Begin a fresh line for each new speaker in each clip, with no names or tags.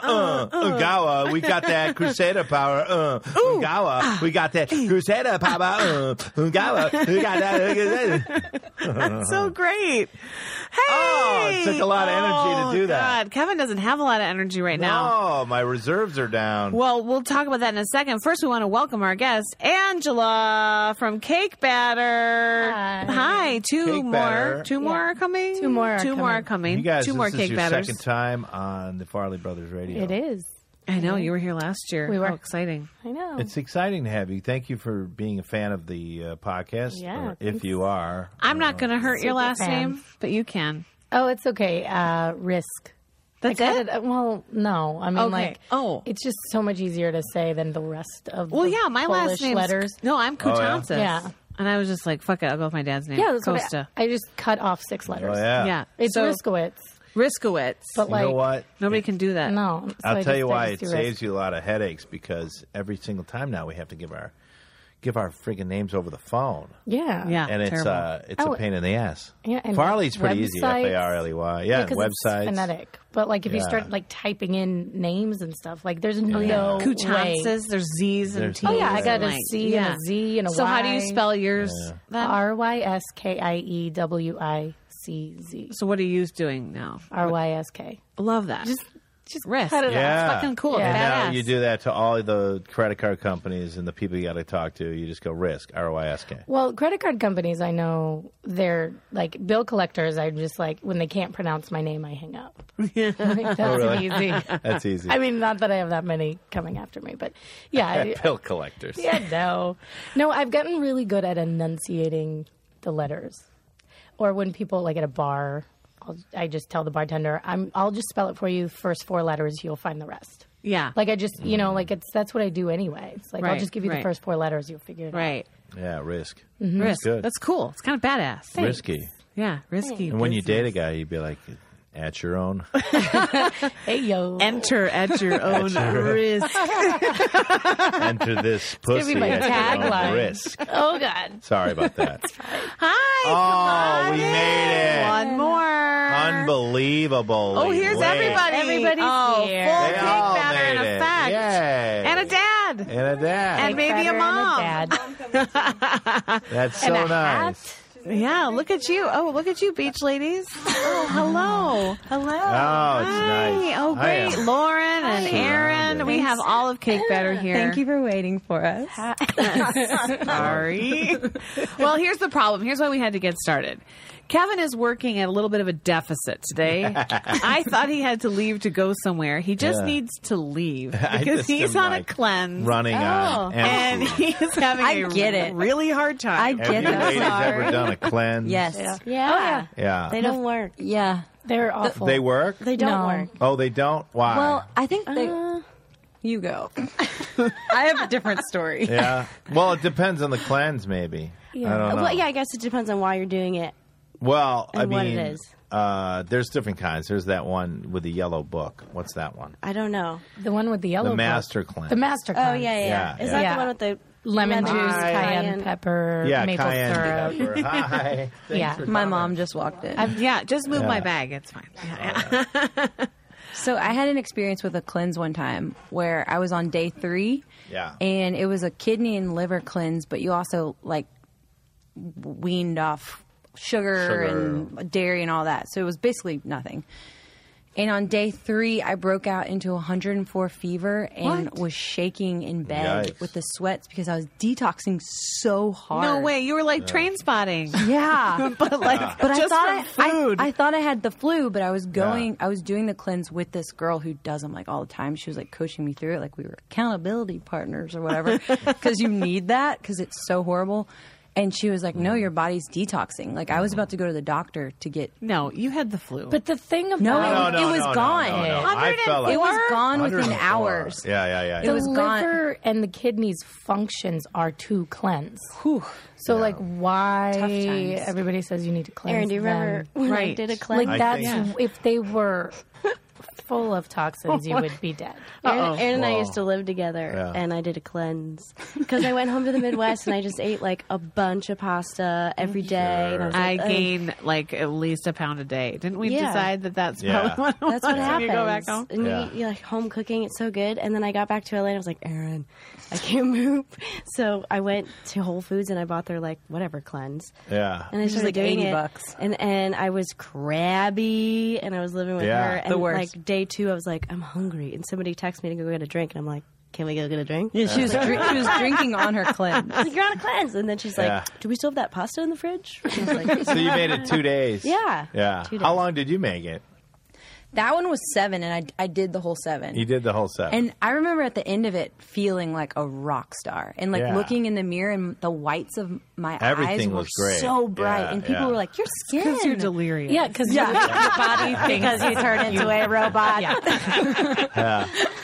Ungawa, we got that crusader power. Uh, Ungawa, we got that
Ah.
crusader power. Uh, Ungawa, we got that crusader.
That's so great. Hey!
Uh-huh. Oh, it took a lot of energy to
Oh,
do that.
God. Kevin doesn't have a lot of energy right now.
Oh, my reserves are down.
Well, we'll talk about that in a second. First, we want to welcome our guest, Angela from Cake Batter.
Hi.
Two
Cake
more.
Batter.
Two more are coming.
Two more are
Two more are coming.
You guys,
two
this
more
is
cake
your
batters.
second time on the Farley Brothers Radio.
It is.
I know you were here last year.
We were.
How exciting.
I know.
It's exciting to have you. Thank you for being a fan of the uh, podcast.
Yeah,
or if you are.
I'm not going to hurt your
Super
last
fan.
name, but you can.
oh, it's okay. Uh, risk.
That's
I got
it.
Well, no. I mean,
Okay.
like,
Oh.
it's just so much easier to say than the rest of.
Well,
the
yeah, my
Polish
last name
letters.
No, I'm
Oh, yeah?
Kutansis.
Yeah.
And I was just like, fuck it, I'll go with my dad's name.
Yeah, that's what I-
Costa.
I, just cut off six
Oh
letters.
yeah.
yeah.
It's
so,
Riskowitz,
Riskowitz.
but
You
like,
know what?
Nobody can do that.
no. so
I'll
I
tell
just-
you
I
why it
just do
saves
risk.
you a lot of headaches because every single time now we have to give our give our friggin' names over the phone,
Yeah.
Yeah.
and it's
terrible.
uh it's
Ah, Oh,
a pain in the ass.
yeah, and
Farley's pretty easy. F
websites.
A R L E Y. Yeah, and
'cause
websites.
It's phonetic, but like if you
Yeah.
start like typing in names and stuff, like there's no
yeah.
way.
Kutansis, there's Z's and
There's
T's.
no
Oh yeah, I got
and,
a
like,
C and a Z and a
So how do you
Y. Oh.
spell yours then?
R Y S K I E W I C Z.
so what are you doing now?
R Y S K.
Love that.
Just, just
Risk.
Cut it
Yeah.
off.
It's fucking cool.
Yeah.
And now
Badass.
you do that to all the credit card companies and the people you got to talk to. You just go risk R O I S K.
Well, credit card companies, I know they're like bill collectors. I'm just like when they can't pronounce my name, I hang up. Like, that's
really?
easy.
That's easy.
I mean, not that I have that many coming after me, but yeah, I,
Pill collectors.
yeah, no, no. I've gotten really good at enunciating the letters, or when people like at a bar, I'll, I just tell the bartender, I'm, I'll just spell it for you. First four letters, you'll find the rest.
Yeah.
Like I just, you know, like it's that's what I do anyway. It's like
Right,
I'll just give you
right.
the first four letters, you'll figure it out.
right.
Yeah, risk.
Mm-hmm.
Risk.
good.
That's cool. It's kind of badass.
Risky.
Yeah, risky.
And when you
business.
date a guy, you'd be like, at your own.
Hey yo,
Enter at your own risk.
Enter this
gonna
pussy
be my
at your own
tagline.
risk.
oh god.
Sorry about that.
Hi.
Oh,
come
we
on in.
made it.
One more.
Unbelievable.
Oh, here's
Wait.
everybody.
Everybody's
oh,
here.
Full
They
cake
all
batter in
made it.
effect.
Yay.
And a dad.
And a dad.
And maybe a
Better and
mom.
dad.
That's so
and a
nice.
hat.
Yeah, look at you. Oh, look at you, beach ladies. Oh, hello. Hello.
Oh, it's nice.
Oh,
I am
great. Lauren and Aaron.
surrounded.
We have olive cake better here.
Thank you for waiting for us.
Sorry. well, here's the problem. Here's why we had to get started. Kevin is working at a little bit of a deficit today. I thought he had to leave to go somewhere. He just
Yeah.
needs to leave
I
because
just
he's
am,
on a
like,
cleanse.
Running on.
And
empty.
he's having
I
a
get it.
really hard time.
I
Have
get
you
it.
ladies ever
Sorry.
done a cleanse?
Yes.
Oh, Yeah.
Yeah.
They don't work.
Yeah.
They're awful.
They work?
They don't
No.
work. Uh,
oh, they don't? Why?
Well, I think they. you go. I have a different story.
yeah. Well, it depends on the cleanse, maybe. I don't know.
Well, yeah, I guess it depends on why you're doing it.
Well, I
And what
mean,
it is.
Uh, there's different kinds. There's that one with the yellow book. What's that one?
I don't know.
The one with the yellow.
the
book.
master cleanse.
The master.
Oh
cleanse.
yeah, yeah.
Yeah,
Is
yeah.
that
Yeah.
the one with the
Lemon juice,
Hi.
cayenne, pepper,
yeah,
maple
cayenne
syrup.
pepper. Hi. Thanks
Yeah.
for
My
coming.
mom just walked in.
yeah, just move my
Yeah.
bag. It's fine. Yeah, yeah.
So I had an experience with a cleanse one time where I was on day three.
Yeah.
And it was a kidney and liver cleanse, but you also like weaned off sugar,
Sugar.
and dairy and all that. So it was basically nothing. And on day three, I broke out into 104 fever and
What?
was shaking in bed
Yikes.
with the sweats because I was detoxing so hard.
No way. You were like train spotting.
Yeah.
But like,
But
just
I thought
from
I,
food.
I, I thought I had the flu, but I was going. I was doing the cleanse with this girl who does them like all the time. She was like coaching me through it, like we were accountability partners or whatever, because you need that because it's so horrible. And she was like, "No, your body's detoxing." Like I was about to go to the doctor to get.
no, you had the flu.
But the thing about
No,
No, no,
it was
no, no,
gone.
No, no, I felt like
It was gone within
104.
hours.
Yeah, yeah, yeah.
It
yeah.
the
was gone.
liver and the kidneys functions are to cleanse. So like
Tough
why
times.
everybody says you need to cleanse.
Aaron? Do you remember
them?
when I
Right.
did a cleanse?
Like
I
that's
think-
if they were full of toxins, you would be dead.
Aaron, Aaron and I
Wow.
used to live together,
oh, Yeah.
and I did a cleanse because I went home to the Midwest and I just ate like a bunch of pasta every day. And I, was
I
like, "Ugh."
gain like at least a pound a day. Didn't we
Yeah.
decide that that's
Yeah.
probably what it was
That's what
when
happens.
you go back home?
And
Yeah.
you, you like home cooking, it's so good. And then I got back to LA and I was like, Aaron, I can't move. So I went to Whole Foods and I bought their like whatever cleanse.
Yeah.
And I
These are
started
like
doing
80
it.
bucks.
And and I was crabby and I was living with
Yeah.
her. And
The worst.
like day two I was like, I'm hungry. And somebody texted me to go get a drink and I'm like, Can we go get a drink?
Yeah, she was drink she was drinking on her cleanse.
I was like, You're on a cleanse and then she's like,
Yeah.
Do we still have that pasta in the fridge? And I was like,
So you made it two days.
Yeah.
Yeah.
Two
How
days.
long did you make it?
That one was seven, and I I did the whole seven.
You did the whole set.
And I remember at the end of it feeling like a rock star and like
Yeah.
looking in the mirror and the whites of my
Everything
eyes were
was great.
so bright
Yeah,
and people
yeah.
were like, "Your skin."
Because you're delirious.
Yeah, because your body thinks
Because you turned into a robot.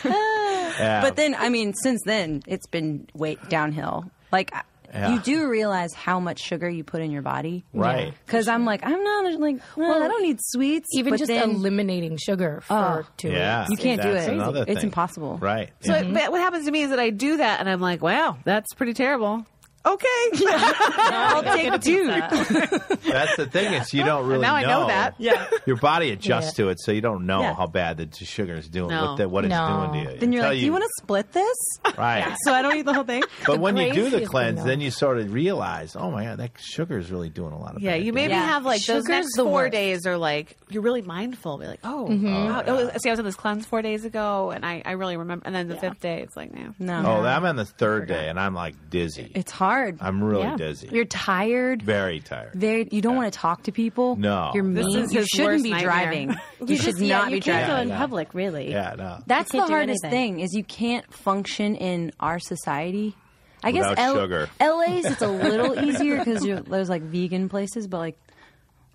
yeah.
But then, I mean, since then it's been way downhill. Like I-
Yeah.
you do realize how much sugar you put in your body,
Right.
Because I'm like, I'm not like, well, I don't need sweets.
even
but
just
then
eliminating sugar for
Oh.
two
Yeah.
weeks.
you can't do
That's
it.
another
It's
thing.
impossible.
Right.
So it- but what happens to me is that I do that and I'm like, wow, that's pretty terrible. Okay. I'll take dude.
That's the thing is you don't really
now I know that.
Yeah. Your body adjusts
Yeah.
to it, so you don't know
Yeah.
how bad the sugar is doing,
No.
what, the, what it's
No.
doing to you.
Then you're
Until
like, you want to split this?
Right.
So I don't eat the whole thing.
But when you do
craziest
the
thing,
cleanse,
though.
then you sort of realize, oh my god, that sugar is really doing a lot of.
Yeah,
bad
you maybe
damage.
Yeah.
have like those
Sugar's
next
the
four
worst.
days are like you're really mindful. Be like, oh, wow. Oh, see, I was on this cleanse four days ago, and I, I really remember. And then the fifth day, it's like, no,
No,
Oh, I'm on the third day, and I'm like dizzy.
it's hard.
I'm really
Yeah.
dizzy.
You're tired.
very tired.
Very, you don't want to talk to people.
No.
you're
This
mean.
is
You
his
shouldn't
worst
be
nightmare.
driving. You, should
yeah,
not
you
be
can't
driving.
go in
Yeah.
public really.
Yeah, no.
That's
You
the
can't do
hardest
anything.
thing is you can't function in our society. I guess
Without sugar.
LA's it's a little easier because there's like vegan places, but like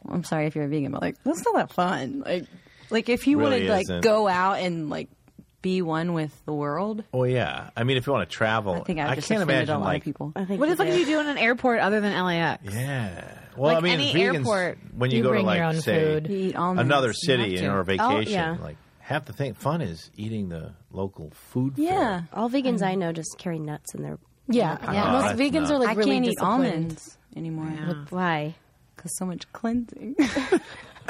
I'm sorry if you're a vegan, but like that's not that fun. Like, like if you
Really
want to
isn't.
like go out and like be one with the world,
Oh yeah, I mean, if you want to travel,
I think I've just
can't
offended
imagine
a lot
like
of people.
I think
What
you
the fuck do you do in an airport other than LAX?
yeah. Well, I
Like
mean,
any
vegans,
airport,
when you,
you
go to
bring your
like
own
say
food.
You eat almonds.
another
You have
city
to. Oh,
in our vacation,
yeah.
like half the thing fun is eating the local food. fair.
Yeah.
All vegans
Mm-hmm.
I know just carry nuts in their
Yeah,
Yeah.
most vegans
Nuts.
are like
I
really
can't eat
disciplined.
almonds anymore because
Why?
so much cleansing.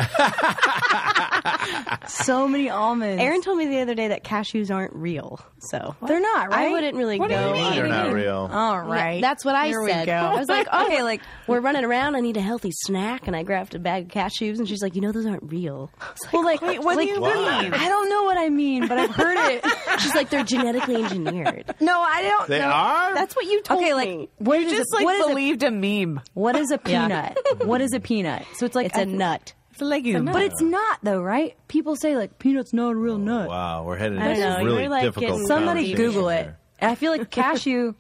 so many almonds.
Aaron told me the other day that cashews aren't real. So
They're not, right?
I wouldn't really
What do
go.
you mean
on-
they're not real?
All right.
That's what I
Here we
said.
go.
I was like,
Okay, like-
we're running around. I need a healthy snack, and I grabbed a bag of cashews. And she's like, you know, those aren't real. I was like,
well, like,
Wait, what
like,
do you
Why?
mean?
I don't know what I mean, but I've heard it.
she's like, they're genetically engineered.
No, I don't.
They
know.
are?
That's what you told
Okay,
me.
like what is
Just
a,
like
what is a-
believed a meme.
what is a peanut? what is a peanut? So it's like
it's a nut.
It's a legume,
but it's not though, right? People say like peanuts not a real nut.
Wow, we're headed
I
into
know,
some really
you're, like,
difficult.
getting-
Somebody
Conversation
Google it.
here.
And I feel like cashew.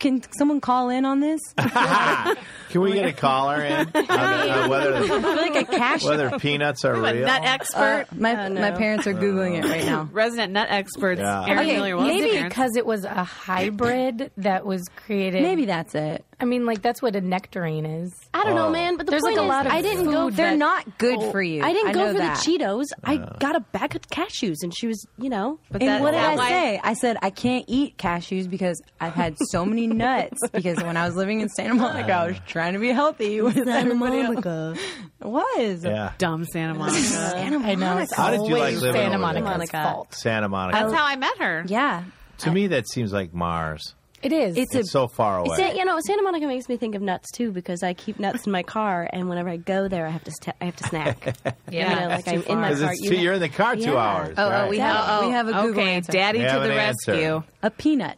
Can someone call in on this? I
Can we get a caller in on, on whether
feel like a cashew.
whether peanuts are
a
real?
nut expert,
my my parents are googling it right now.
resident nut experts.
Yeah.
Aaron
Okay,
Miller was
maybe
Aaron.
because it was a hybrid that was created.
Maybe that's it.
I mean, like that's what a nectarine is.
I don't know,
Oh.
man. But the
There's, like,
point
a lot
is,
of
I didn't go.
food
for
They're
the-
not good for you.
I didn't
Oh, I
go
know
for
that.
the Cheetos. I got a bag of cashews, and she was, you know, but
that-
And what did
that
I
why-
say? I said I can't eat cashews because I've had so many nuts. Because when I was living in Santa Monica, I was trying to be healthy with everybody else. It was.
Yeah.
dumb Santa Monica.
Santa
I know.
Monica.
It's
How did you like
always
living
Santa
over there?
Monica's
Monica.
fault.
Santa Monica.
That's how I met her.
Yeah,
to me, that seems like Mars.
It is.
it's,
It's
a.
so far away.
Sa- you know, Santa Monica makes me think of nuts too because I keep nuts in my car, and whenever I go there, I have to st- I have to snack.
Yeah,
you know, like I'm in my
Because
car.
it's
you
two,
know-
you're in the car two
Yeah.
hours.
oh,
right.
we have
Oh,
we have a Google
okay,
answer.
Daddy
We
to
have
the
an answer.
rescue.
a peanut.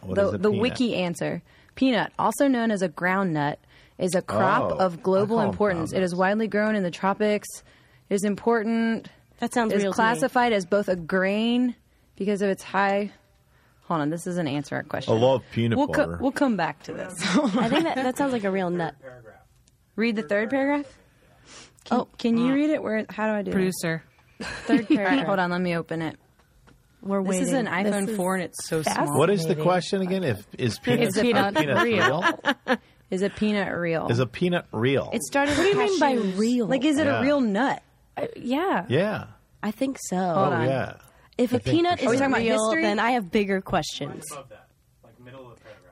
What is
the
a
the
peanut?
wiki answer. Peanut, also known as a ground nut, is a crop
Oh, I
of global
call 'em
importance.
ground
It is
nuts.
widely grown in the tropics. It is important.
That sounds
is
real to me.
classified as both a grain because of its high. Hold on, this isn't answer our question.
I love peanut
We'll,
butter.
we'll come back to this.
I think that, that sounds like a real nut.
read the third paragraph. Can, oh, can you read it? Where? How do I do? This?
Producer.
Third paragraph. Hold on, let me open it.
We're
This is an
waiting.
iPhone four, and it's so small.
what is the question again? If is peanuts,
Is a
are
peanut
peanuts real?
Is a peanut real?
Is a peanut real?
it started. What do you
mean by real?
Like, is it
Yeah.
a real nut?
yeah.
yeah.
I think so.
Oh yeah.
If a
think
peanut
for sure.
is
Are we
talking about
real,
history?
then I have bigger questions.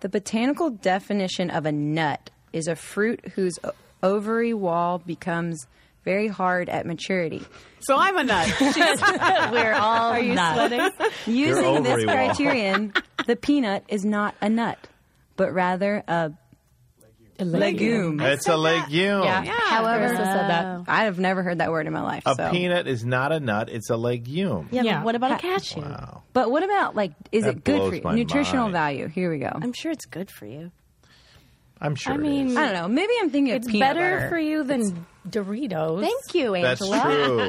The botanical definition of a nut is a fruit whose o- ovary wall becomes very hard at maturity.
So I'm a nut.
We're all
Are you
nuts.
sweating?
Your
Using
ovary
this
wall.
criterion, the peanut is not a nut, but rather a
A
legume.
It's a legume.
Yeah. However,
Chris has
said that.
I have never heard that word in my life.
A
so.
peanut is not a nut. It's a legume.
Yeah,
Yeah.
But what about a cashew?
But what about like, is
That
it good
blows
for you?
my
Nutritional
mind.
value. Here we go. I'm,
I'm sure it's good for you.
I'm sure.
I
it
mean,
is.
I do not know. Maybe I'm thinking
It's
of peanut
better
butter.
for you than Doritos.
Thank you,
that's
Angela.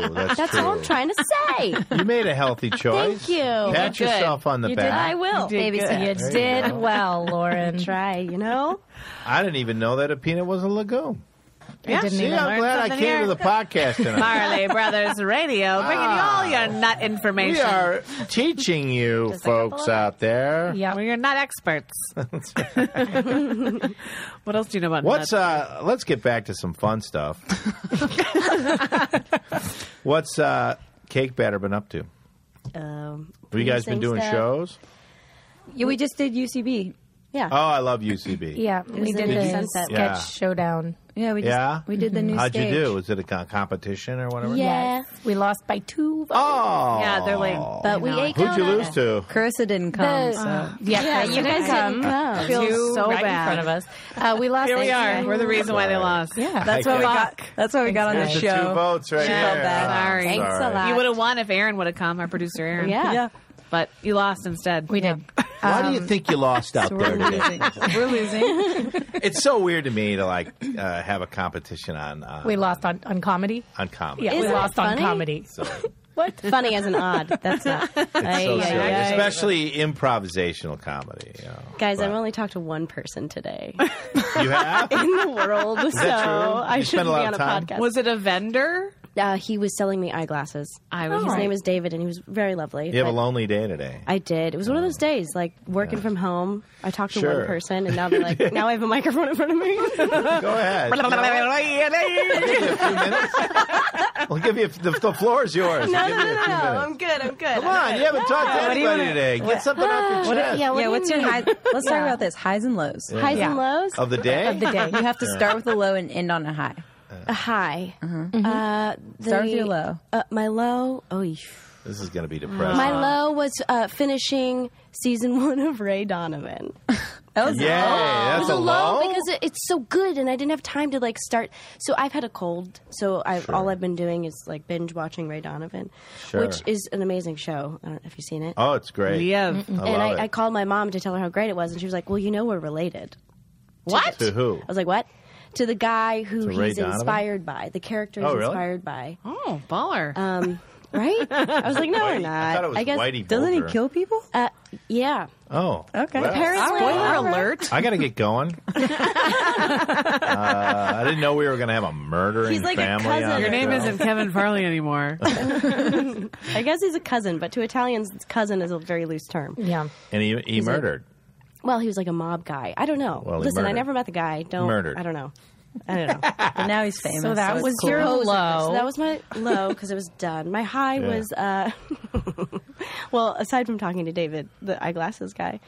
true. That's,
That's
true.
all I'm trying to say.
You made a healthy choice.
Thank you.
Pat
You did
yourself
good.
on the
You did-
back.
I will.
You did
Baby
good.
steps.
You
There you
did
go.
well, Lauren.
Try, you know?
I didn't even know that a peanut was a legume.
I didn't
See,
even
I'm
learn
glad I
something
came
here.
to the podcast tonight.
Marley Brothers Radio, bringing you all your nut information.
we are teaching you
Just a couple
folks
of-
out there.
Yeah.
Well, you're not experts. what else do you know about
What's
nuts?
uh? Let's get back to some fun stuff. What's uh? Cake batter been up to?
Um,
Have you guys been
producing
doing
stuff.
shows?
Yeah, we just did UCB.
Yeah.
Oh, I love UCB.
Yeah, we
was
did
in
the
Sunset.
sketch
Yeah.
showdown.
Yeah, we just
Yeah?
we did the new
How'd
stage.
you do? Was it a co- competition or whatever?
Yeah.
We lost by two. votes.
Oh,
Yeah, they're like,
But we ate
Who'd you lose
donuts.
to?
Carissa didn't come.
The-
so.
yeah,
Yeah,
Chris
you guys
come.
didn't come.
Feels
Too
so
right in
bad in
front
front
of
of us. Uh, we lost.
Here we
by
are.
two.
We're the reason why they lost.
Yeah.
That's what we
Okay.
got. That's what we got on the
There's the
show.
two votes right
Yeah.
here.
Felt bad.
Oh,
Sorry.
Thanks a
sorry.
lot.
You would have won if Aaron would have come, our producer Aaron.
Yeah.
Yeah.
But you lost instead.
We did.
Why do
Um,
you think you lost out
We're
there today?
losing. We're losing.
It's so weird to me to like uh, have a competition on uh,
We lost on, on comedy.
on comedy.
Yeah,
Isn't
we
it
lost
funny?
on comedy.
So,
What? Funny as an odd. That's not. Ay,
so
ay,
silly,
ay.
especially improvisational comedy. You, know.
Guys, I've
But-
only talked to one person today
you have.
in the world, so
that true?
I
You spend
shouldn't
a
be
lot of
on a
time?
podcast.
Was it a vendor?
uh, he was selling me eyeglasses.
I
His
was.
name is David, and he was very lovely.
You have a
but
lonely day today.
I did. It was one of those days, like working from home. I talked to
Sure.
one person, and now they're like, now I have a microphone in front of me.
Go ahead. You know,
Name
give you a few minutes. I'll give you the, the floor is yours. I'll give you a few minutes.
good. I'm good.
Come on, you haven't talked to
What do
anybody
you want?
today. Get something off your chest.
yeah, what
yeah,
do
what's
you
your
mean?
high? Let's talk about this highs and lows.
highs
Yeah.
and lows?
Of the day?
The day.
You have to start with a low and end on a high.
A high. Uh,
Mm-hmm.
the,
Start with your low.
Uh, my low. Oh, eesh.
This is going to be depressing.
my low was uh, finishing season one of Ray Donovan.
That was
Yay,
Oh.
that's a low.
because it, it's so good, and I didn't have time to like start. So I've had a cold, so I've, all I've been doing is like binge watching Ray Donovan,
Sure.
which is an amazing show. I don't know if you've seen it.
oh, it's great.
Leah.
I
and
love
I, I
it.
called my mom to tell her how great it was, and she was like, "Well, you know we're related."
What?
to who?
I was like, "What?" To the guy
To
who
Ray
he's
Donovan?
inspired by, the character he's
Oh, really?
inspired by.
Oh, baller.
Um, right? I was like, "No, we're
Whitey-
not."
I thought it was
guess
Whitey
Doesn't he
Bulger.
kill people?
Uh, yeah.
Oh.
Okay.
well,
Apparently,
Spoiler alert.
I got to get going. uh, I didn't know we were going to have a murdering
He's like a
family.
cousin.
on
Your
the
Your name
show.
isn't Kevin Farley anymore.
I guess he's a cousin, but to Italians, cousin is a very loose term.
Yeah.
And he, he murdered.
Well, he was like a mob guy. I don't know.
Well, he
Listen, I
murdered.
never met the guy. Don't.
Murdered.
I don't know. I don't know.
But now he's famous.
So that
it's
was
cool.
your
So
low.
that was my low because it was done. My high
Yeah.
was, uh, well, aside from talking to David, the eyeglasses guy,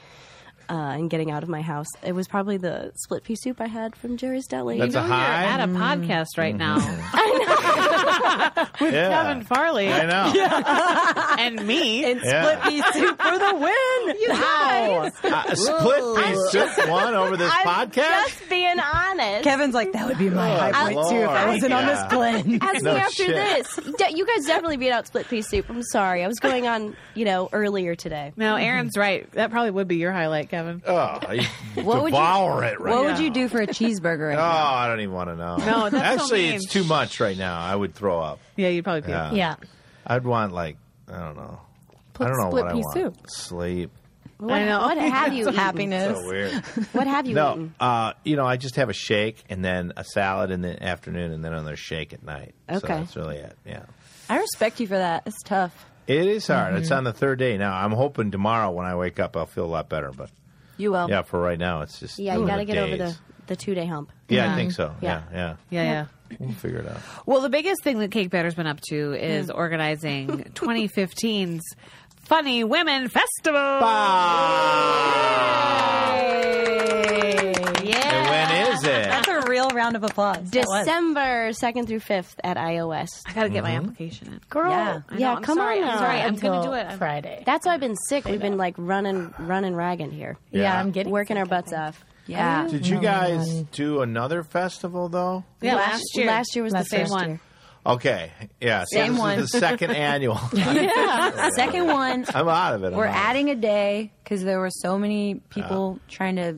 uh, and getting out of my house, it was probably the split pea soup I had from Jerry's Deli.
That's
you know
a
you're
high.
at a podcast right now.
yeah.
Kevin Farley
I know.
and me.
Yeah.
Split pea soup for the win.
Wow.
Uh, split pea soup one over this
I'm
podcast?
just being honest.
Kevin's like, that would be my
Oh,
high point too if I
Lord.
wasn't on this
Yeah.
Glenn.
Ask
No
me after
shit.
this. De- you guys definitely beat out split pea soup. I'm sorry. I was going on, you know, earlier today.
No, Aaron's right. That probably would be your highlight, Kevin.
Oh, I
What would you-
devour it right
What
now.
would you do for a cheeseburger? Right
Oh,
now?
I don't even want to know.
No, that's so
Actually,
mean.
it's too much right now. I would throw up.
Yeah, you'd probably be.
Yeah.
Yeah.
I'd want like I don't know. I don't know
split
what I
pea
want.
soup.
Sleep.
What,
know.
what have you eaten?
Happiness.
So weird.
What have you
no,
eaten?
uh, you know, I just have a shake and then a salad in the afternoon, and then another shake at night. So
Okay.
that's really it. Yeah.
I respect you for that. It's tough.
It is hard. It's
Mm-hmm.
on the third day now. I'm hoping tomorrow when I wake up I'll feel a lot better. But
You will.
yeah, for right now it's just
Yeah,
those
you
are
got
the
to get over the
days.
the two day hump.
Yeah, I
Yeah.
think so. Yeah, yeah.
Yeah, yeah.
We'll figure it out.
Well, the biggest thing that Cake Batter's been up to is organizing 2015's Funny Women Festival.
And
Yeah.
when is it?
That's a real round of applause. That was.
December 2nd through 5th at iOS.
I gotta get my application in.
Girl,
Yeah.
I know,
yeah,
I'm
come
sorry,
on.
I'm
now.
sorry, I'm gonna
until
do it. I'm-
Friday.
That's why I've been sick. We've been like running, running ragged here.
yeah,
Yeah.
I'm getting
Working our butts off.
Yeah.
Did you guys do another festival though?
Yeah, last, year.
Last year was
Last
the first
year.
year.
Okay, yeah. So
Same
this
one.
Is the second annual.
Second one,
I'm out of it. I'm out of
we're
it.
adding a day because there were so many people trying to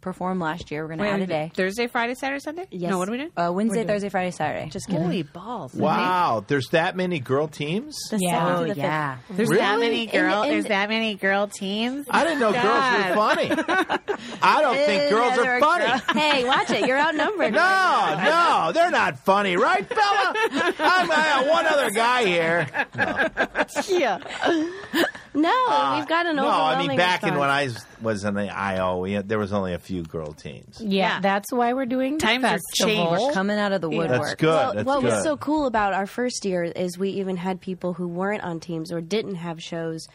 perform last year. We're going to
Wait,
add
wait,
a day.
Thursday, Friday, Saturday, Sunday?
Yes.
No, what are we doing?
Uh, Wednesday, Thursday, Friday, Saturday. Just
Holy balls.
Wow, there's that many girl teams.
The
Yeah.
second
Oh,
through the
yeah.
There's that
Really?
many girl.
And- and-
there's that many girl teams.
I didn't know girls were funny. I don't think girls are funny.
5th. Hey, watch it. You're outnumbered.
No, no, they're not funny, right, Bella? I'm I got one other guy here.
Yeah. No, we've got an
Ah, no, I
overwhelming
mean back in
response.
when I was- was in the IO, we had, there was only a few girl teams.
Yeah,
Yeah.
that's why we're doing the
Times have
festival.
changed.
coming out of the woodwork.
That's good.
Well,
That's
what
good.
was so cool about our first year is we even had people who weren't on teams or didn't have shows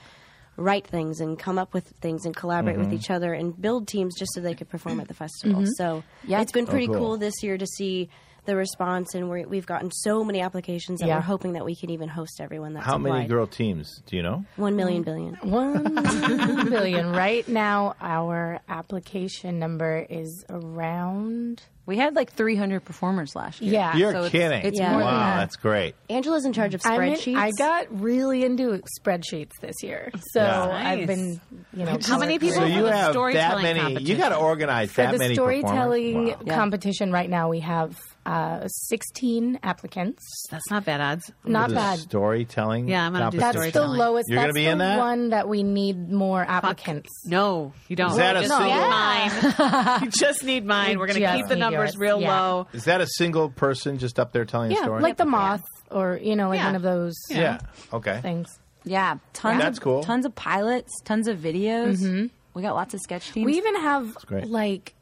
write things and come up with things and collaborate
Mm-hmm.
with each other and build teams just so they could perform at the festival.
Mm-hmm.
So yeah, it's been pretty
Oh, cool.
cool. this year to see the response, and we're, we've gotten so many applications that
Yeah.
we're hoping that we can even host everyone. That's
How many
applied.
girl teams do you know?
One million billion.
Mm-hmm. One billion. Right now, our application number is around.
We had like 300 performers last year.
Yeah.
You're
So it's-
kidding.
it's
Yeah.
wow,
more
than that.
that's great.
Angela's in charge of
I'm in-
spreadsheets.
I got really into spreadsheets this year, so
Yeah.
I've
Nice.
been, you know,
How many
going
people
So
through-
Well,
you
for the
have that
storytelling
many. You
competition.
got to organize
For
that
the
many. performers.
storytelling
Wow.
competition right now, we have uh, 16 applicants.
That's not bad odds.
Not
The
bad.
Storytelling.
Yeah, I'm gonna do
competition.
That's the
Storytelling.
lowest.
You're gonna
That's
be
the
in that?
one that we need more applicants.
No, you don't.
Is that a
you just
single-
need mine. you just need mine. We're going to
just
keep the
need
numbers
yours.
real
Yeah.
low.
Is that a single person just up there telling a
Yeah,
story?
like the moth, or you know, like
Yeah.
one of those
yeah. Okay.
things.
Yeah. Tons
That's
of,
cool.
Tons of pilots, tons of videos. Mm-hmm. We got lots of sketch teams.
We even have
great.
like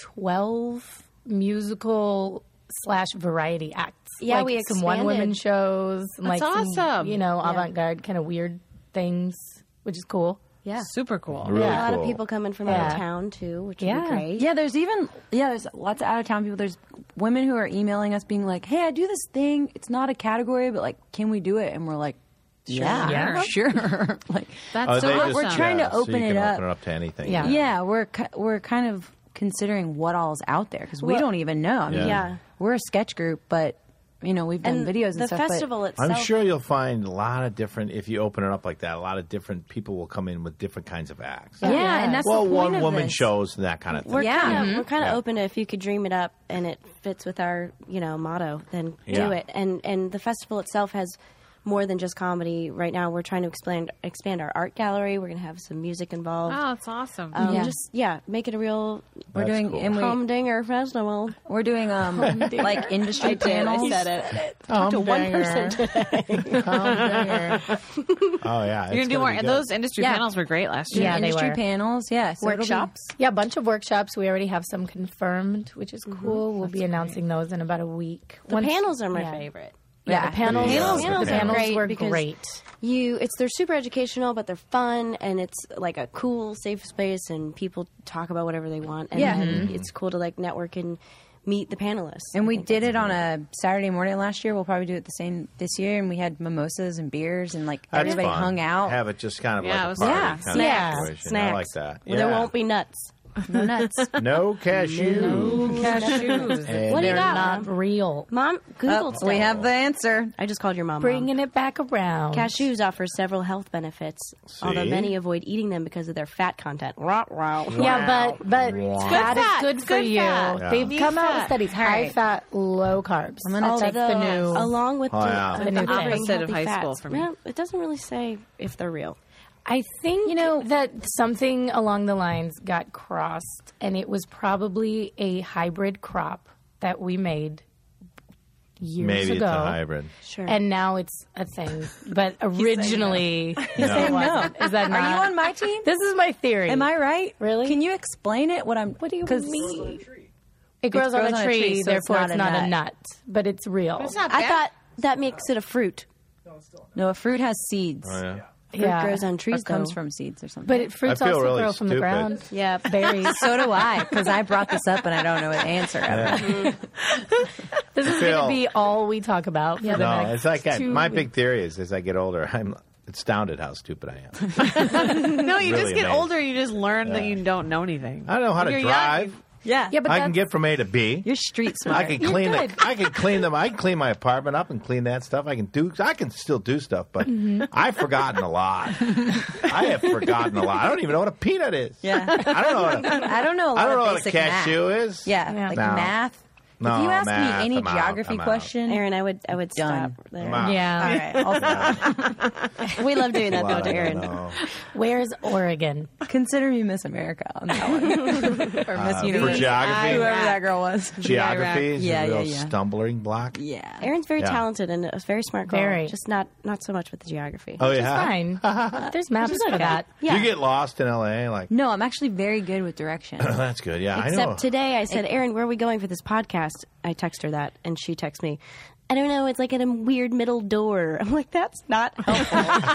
12 musical slash variety acts.
Yeah,
like
we
some one woman
expanded.
shows. and,
That's
like some,
awesome.
you know, avant garde kind of weird things, which is cool.
yeah.
Super cool.
Really
a lot
cool.
of people coming from out of town too, which would
Yeah.
be great.
Yeah, there's even yeah, there's lots of out of town people. There's women who are emailing us being like, "Hey, I do this thing. It's not a category, but like, can we do it?" And we're like, "Yeah,
Yeah.
sure." like,
That's
Oh,
so
they
awesome.
just-
we're trying to
yeah, so
open
you
it
can
up.
Open it up to anything.
Yeah.
yeah, we're ki- we're kind of considering what all's out there because we
Well-
don't even know. I mean,
Yeah.
we're a sketch group, but you know, we've done videos and
the
stuff. but-
festival itself.
I'm sure you'll find a lot of different. If you open it up like that, a lot of different people will come in with different kinds of acts.
yeah,
Yeah.
and that's
well,
the point
one
of
woman
this.
shows and that kind of thing.
We're
Yeah. Mm-hmm.
kind of we're kind of
Yeah.
open to if you could dream it up and it fits with our you know motto, then
Yeah.
do it. And and the festival itself has more than just comedy. Right now, we're trying to expand expand our art gallery. We're going to have some music involved.
Oh, it's awesome.
Um,
Yeah.
Just yeah, make it a real
We're
That's
doing
cool.
and we,
home dinger festival.
we're doing um like industry panels.
it.
Talk to one person today. oh yeah,
You're
it's
going to do more.
be
And
good.
those industry
Yeah.
panels were great last year.
Doing
Yeah, they
industry
were.
panels. Yeah, so it'll be-
Workshops.
Yeah, a bunch of workshops. We already have some confirmed, which is cool. We'll be announcing those in about a week.
The panels are my
yeah.
favorite.
Yeah, the panels,
Panels-
the
panels are
panels
great
were
because-
great.
You, it's they're super educational, but they're fun, and it's like a cool, safe space, and people talk about whatever they want, and,
Yeah.
then it's cool to like network and meet the panelists.
And we did it on a Saturday morning last year. We'll probably do it the same this year. And we had mimosas and beers, and like
That's
everybody
fun.
hung out.
Have it just kind of
Yeah, it
like a
was-
party
yeah,
kind
snacks,
of situation.
snacks.
I like that.
There
Yeah.
won't be nuts.
no nuts.
no cashews. And
What do you
they're
got?
Not
Mom?
real.
Mom, Googled
Oh, we
stuff.
have the answer.
I just called your mom. Mom.
Bringing it back around.
Cashews offer several health benefits, although
See?
many avoid eating them because of their fat content. Rah, rah.
Yeah, but but
Wow.
fat is
fat.
good
It's
for
good
you.
fat. Yeah.
They've
Need
come out with
fat.
studies: high
Alright.
fat, low carbs. I'm
gonna take
the new.
along with
Oh,
the,
yeah.
with
The
the
new
offering
Opposite of
healthy
high school
fats.
for me.
Well, it doesn't really say if they're real.
I think you know that something along the lines got crossed, and it was probably a hybrid crop that we made years
Maybe it's
ago.
a hybrid.
Sure.
And now it's a thing, but originally,
He's saying
no.
Is that
Are you
not-
on my team?
This is my theory.
Am I right?
Really?
Can you explain it? What I'm?
What do you
'cause-
mean? It grows, on, a tree,
so it's
therefore
not
it's
a
not
nut.
a nut, but it's real.
It's not
I
bad.
thought that makes it a fruit.
No, a fruit has seeds.
Oh, yeah.
Fruit grows on trees,
Or comes
though.
from seeds or something.
But it, fruits
I feel
also
really
grow from the
stupid.
ground.
Yeah.
berries.
so do I, because I brought this up and I don't know the answer.
this is going
Phil.
to be all we talk about. For the
No,
next
it's like I,
two
my
weeks.
big theory is as I get older, I'm astounded how stupid I am.
No, you just
really
get
amazed.
older. You just learn that you don't know anything.
I know how to
You're young.
drive.
Yeah.
Yeah, but
I can
that's-
get from A to B.
You're street smart.
I can clean it. I can clean them. I can clean my apartment up and clean that stuff. I can do. I can still do stuff, but
Mm-hmm.
I've forgotten a lot. I have forgotten a lot. I don't even know what a peanut is.
Yeah.
I don't know. What a,
I don't know. A lot
I don't know
of
what a
basic
cashew
math.
is.
Yeah,
Yeah.
like
No.
math.
No,
if you ask
math,
me any
I'm out,
geography
I'm out.
question,
Aaron, I would I would
Done.
stop there.
I'm out.
Yeah.
all right, I'll stop.
We love doing
A
that though
lot
to
I don't
Aaron.
know.
Where's Oregon?
Uh-huh.
consider me Miss America on that one, or Miss
Uh, For
Universe,
geography,
whoever that girl was.
geography is
Yeah,
a
yeah,
real
yeah.
stumbling block.
Yeah,
Aaron's very
Yeah.
talented and a very smart girl.
Very.
Just not not so much with the geography.
Oh yeah.
Fine. There's maps for that.
Yeah.
You get lost in LA, like
No, I'm actually very good with direction.
"Oh, that's good. Yeah, I know.
Except today I said, Erin, where are we going for this podcast? I text her that, and she texts me, I don't know, it's like at a weird middle door. I'm like, that's not helpful.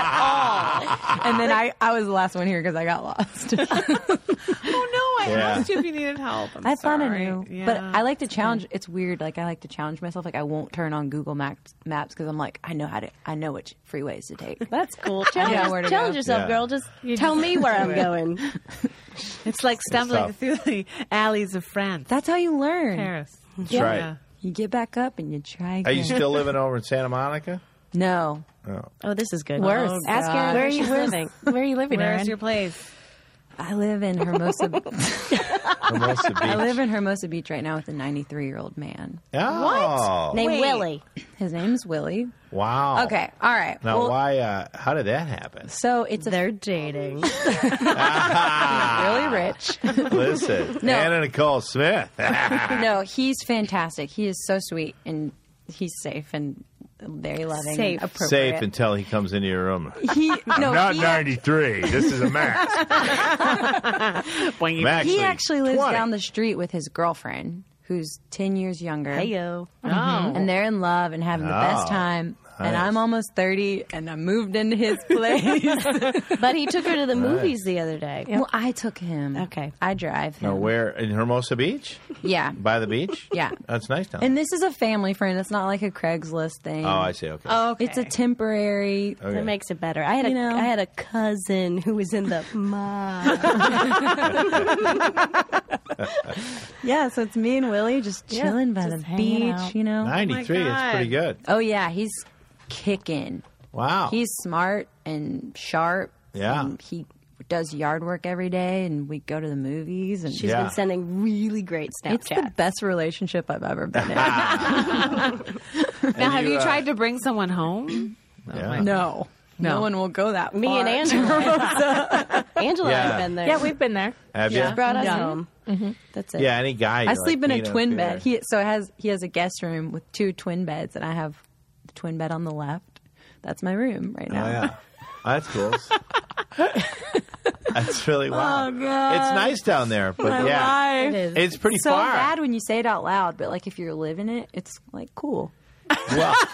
and then I, I was the last one here because I got lost.
Oh no, I
Yeah.
asked you if you needed help. I'm
I found a
sorry.
new,
Yeah.
but I like to challenge. It's weird. Like I like to challenge myself. Like I won't turn on Google Maps maps because I'm like I know how to. I know which freeways to take.
that's cool.
Yeah,
Challenge,
where to
challenge
go.
yourself,
Yeah.
girl. Just tell me where I'm going.
it's like stumbling
tough.
through the alleys of France,
That's how you learn.
Paris.
That's right.
You get back up and you try
Are
again.
you still living over in Santa Monica?
no.
Oh, this is good.
Worse.
Ask Erin
where
where
are you
she's
where's-
living.
Where are you living,
Where's
Erin?
your place?
I live in Hermosa.
Hermosa Beach.
I live in Hermosa Beach right now with a 93 year old man.
Oh,
Name
Wait.
Willie.
His name's Willie.
Wow.
Okay. All right.
Now,
Well,
why? Uh, how did that happen?
So it's a
They're dating.
really rich.
Listen,
No.
Anna Nicole Smith.
no, he's fantastic. He is so sweet and he's safe and very loving.
Safe.
And appropriate.
Safe until he comes into your room.
he no
Not
he,
93. This is a max. I'm actually
he actually lives
20.
down the street with his girlfriend who's 10 years younger. Mm-hmm.
Hey, yo.
Oh,
and they're in love and having the best
Oh,
time. And
nice.
I'm almost 30 and I moved into his place.
But he took her to the movies the other day.
Well, I took him.
Okay.
I drive him.
Now, where in Hermosa Beach?
Yeah.
By the beach?
Yeah.
That's nice down
And this is a family friend. It's not like a Craigslist thing.
there. Oh, I see. Okay.
okay.
It's a temporary.
Okay.
That makes it better. I had
You
a
know.
I had a cousin who was in the mob.
Yeah, so it's me and Willie just
Yeah,
chilling by
just
the
hanging
beach,
out.
you know?
93.
Oh my
It's pretty good.
Oh, yeah, he's kicking.
Wow.
He's smart and sharp.
Yeah.
and he does yard work every day, and we go to the movies. And
She's
Yeah.
been sending really great
it's the
Snapchats.
best relationship I've ever been in.
now, have
you,
you
uh,
tried to bring someone home?
yeah.
no. No one will go that
Me and Angela. Angela
Yeah.
has been there.
yeah, we've been there.
Have
She
you?
brought us
Yeah.
home. That's it.
Yeah, any guy.
I
you're
sleep
like,
in
"Need
a twin bed.
beer."
He so it has he has a guest room with two twin beds, and I have the twin bed on the left. That's my room right now.
Oh, yeah. Oh, that's cool. that's really
Oh,
wild. It's nice down there, but yeah.
It is.
It's pretty
So
far.
bad when you say it out loud, but like if you're living it, it's like cool.
Well,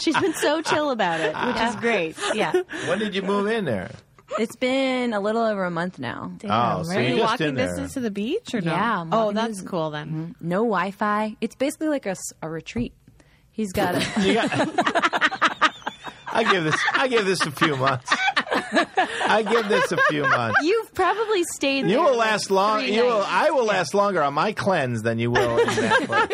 She's been so chill about it, which
Ah.
is great.
yeah.
when did you move in there?
It's been a little over a month now.
Oh, so
right?
you
Are you
just in
walking
there.
distance to the beach or no?
Yeah, I'm
Oh,
walking Mm-hmm.
that's cool then.
No Wi-Fi. It's basically like a, s- a retreat. He's got a
You got- I give this. I give this a few months. I give this a few months.
You've probably stayed there.
You will
like
last long.
three
You will.
nights.
I will last longer on my cleanse than you will. In that book.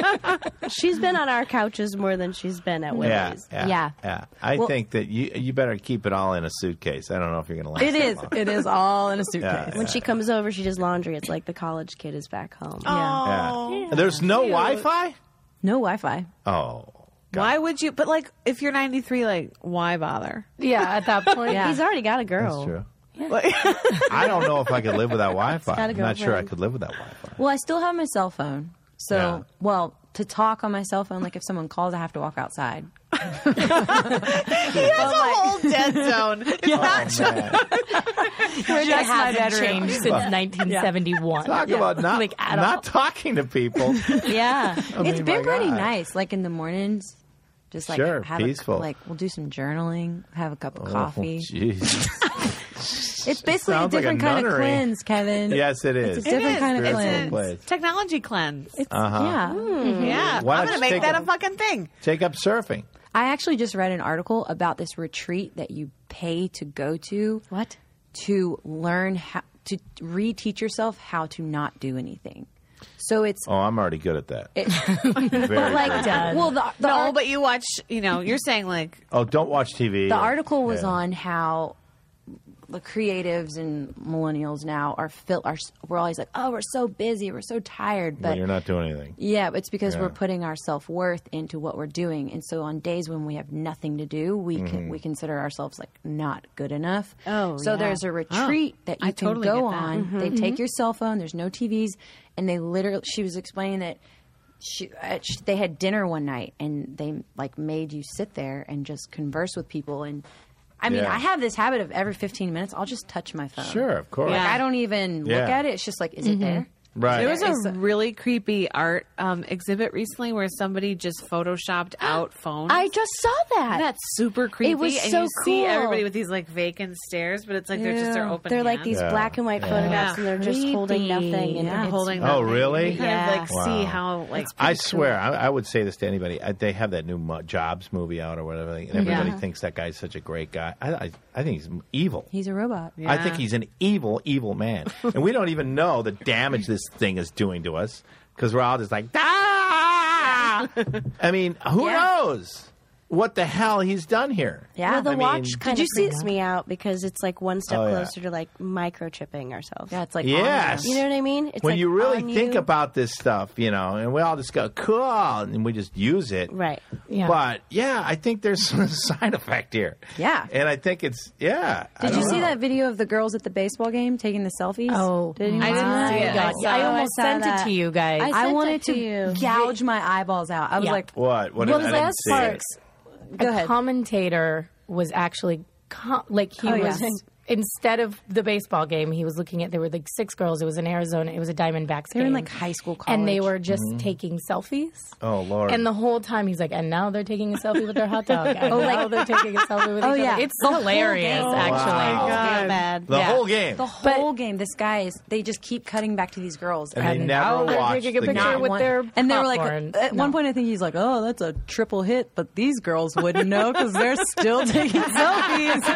She's been on our couches more than she's been at Willie's.
yeah, yeah,
Yeah.
yeah. I
Well-
think that you you better keep it all in a suitcase. I don't know if you're going to last.
It
that
is.
long.
It is all in a suitcase.
Yeah,
When she comes over, she does laundry. It's like the college kid is back home.
Oh,
Yeah. There's no Wi-Fi.
No Wi-Fi.
Oh,
why would you? But like, if you're 93, like, why bother?
Yeah, at that point.
He's already got a girl.
that's true. I don't know if I could live without Wi-Fi.
gotta
I'm
go
not sure I
around.
could live without Wi-Fi.
Well, I still have my cell phone. So,
Yeah.
well, to talk on my cell phone. Like if someone calls, I have to walk outside.
That's a whole dead zone. It's not
Oh, man.
Where
Just
that
my
hasn't
bedroom.
changed since 1971.
Talk about not
like at
not
all.
talking to people.
Yeah, it's
mean, my
been pretty
God.
nice. Like in the mornings, just like
Sure,
have
peaceful.
A, like we'll do some journaling, have a cup of coffee.
Oh, jeez.
It's basically a
Sounds like a
different kind of
nunnery.
cleanse, Kevin.
yes, it is.
It's a different
is.
kind of
It's a-
cleanse.
place. Uh-huh.
Technology cleanse.
It's, Yeah.
yeah.
Why don't
I'm going to
you
make
take
that
a-
a fucking thing.
Take up surfing.
I actually just read an article about this retreat that you pay to go to.
What?
To learn how to reteach yourself how to not do anything. So it's
Oh, I'm already good at that.
but
Very
like uh,
good.
well the, the
No,
ar-
but you watch, you know, you're saying like,
oh, don't watch TV.
The article was
Yeah.
on how the creatives and millennials now are fil- are s- we're always like, oh, we're so busy, we're so tired,
Well,
but
you're not doing anything.
yeah, it's because
Yeah.
we're putting our self worth into what we're doing, and so on days when we have nothing to do, we
Mm-hmm.
can, we consider ourselves like not good enough.
Oh,
so
yeah.
there's a retreat that you
I
can
totally
go
get that. Mm-hmm.
on. They take your cell phone. There's no TVs, and they literally. She was explaining that. She, uh, sh they had dinner one night, and they like made you sit there and just converse with people. And I mean,
Yeah.
I have this habit of every 15 minutes, I'll just touch my phone.
Sure, of course.
Like
Yeah. Mm-hmm.
I don't even look
Yeah. Mm-hmm.
at it. It's just like, is it there?
Right.
There was
It's
a really creepy art um, exhibit recently where somebody just photoshopped out phones.
I just saw that.
That's super creepy.
was
and
so
you see
cool.
everybody with these like vacant stares, but it's like they're just their open.
They're like
hands.
these
Yeah.
black and white
Yeah.
photographs,
Yeah.
and they're just holding
Creepy.
nothing. And
Yeah.
it's-
holding.
Oh,
nothing.
really?
You kind of like
Yeah.
Wow.
see how like
I swear, I, I would say this to anybody. I, they have that new Mo- Jobs movie out or whatever, and everybody
Yeah.
thinks that guy's such a great guy. I, I, I think he's evil.
He's a robot.
I think
Yeah.
he's an evil, evil man, and we don't even know the damage this thing is doing to us because we're all just like, ah! I mean, who
Yeah.
knows what the hell he's done here?
Yeah.
Well, the
I mean-
watch kind
Did you
of
see-
freaks me out because it's like one step
Oh, yeah.
closer to like microchipping ourselves.
Yeah, it's like
Yes.
ominous.
You know what I mean? It's
when
like
you
on
really think
you.
about this stuff, you know, and we all just go cool, and we just use it,
Right.
Yeah.
But yeah, I think there's some side effect here.
Yeah.
and I think it's yeah. I
Did you
don't
see
know.
that video of the girls at the baseball game taking the selfies?
Oh,
Did anyone
I didn't
see
see
that?
it. I
saw- I almost
saw
sent it
that.
to you guys. I
I,
sent
wanted
it
to,
to you.
gouge my eyeballs out. I was
Yeah.
like,
What? What?
Well,
I
the
didn't
last
see
part-
it.
Go
a
ahead.
commentator was actually co- like he
Oh,
was
yes.
instead of the baseball game he was looking at there were like six girls it was in arizona it was a diamondbacks
were
game
in, like, high school,
and they
college.
were just taking selfies
Mm-hmm. Oh lord.
and the whole time he's like and now they're taking a selfie with their hot dog oh
like-
like they're taking a selfie with
Oh,
each
yeah.
other it's
The whole
hilarious
game.
actually
Wow.
Feel bad.
the
yeah.
whole game.
the
But-
whole game, this guy is, they just keep cutting back to these girls.
and they never
and now they're
watched
taking a
the
picture
game.
with
One-
their
and they were like,
popcorn.
at one point, I think he's like, oh, that's a triple hit, but these girls wouldn't know because they're still taking selfies.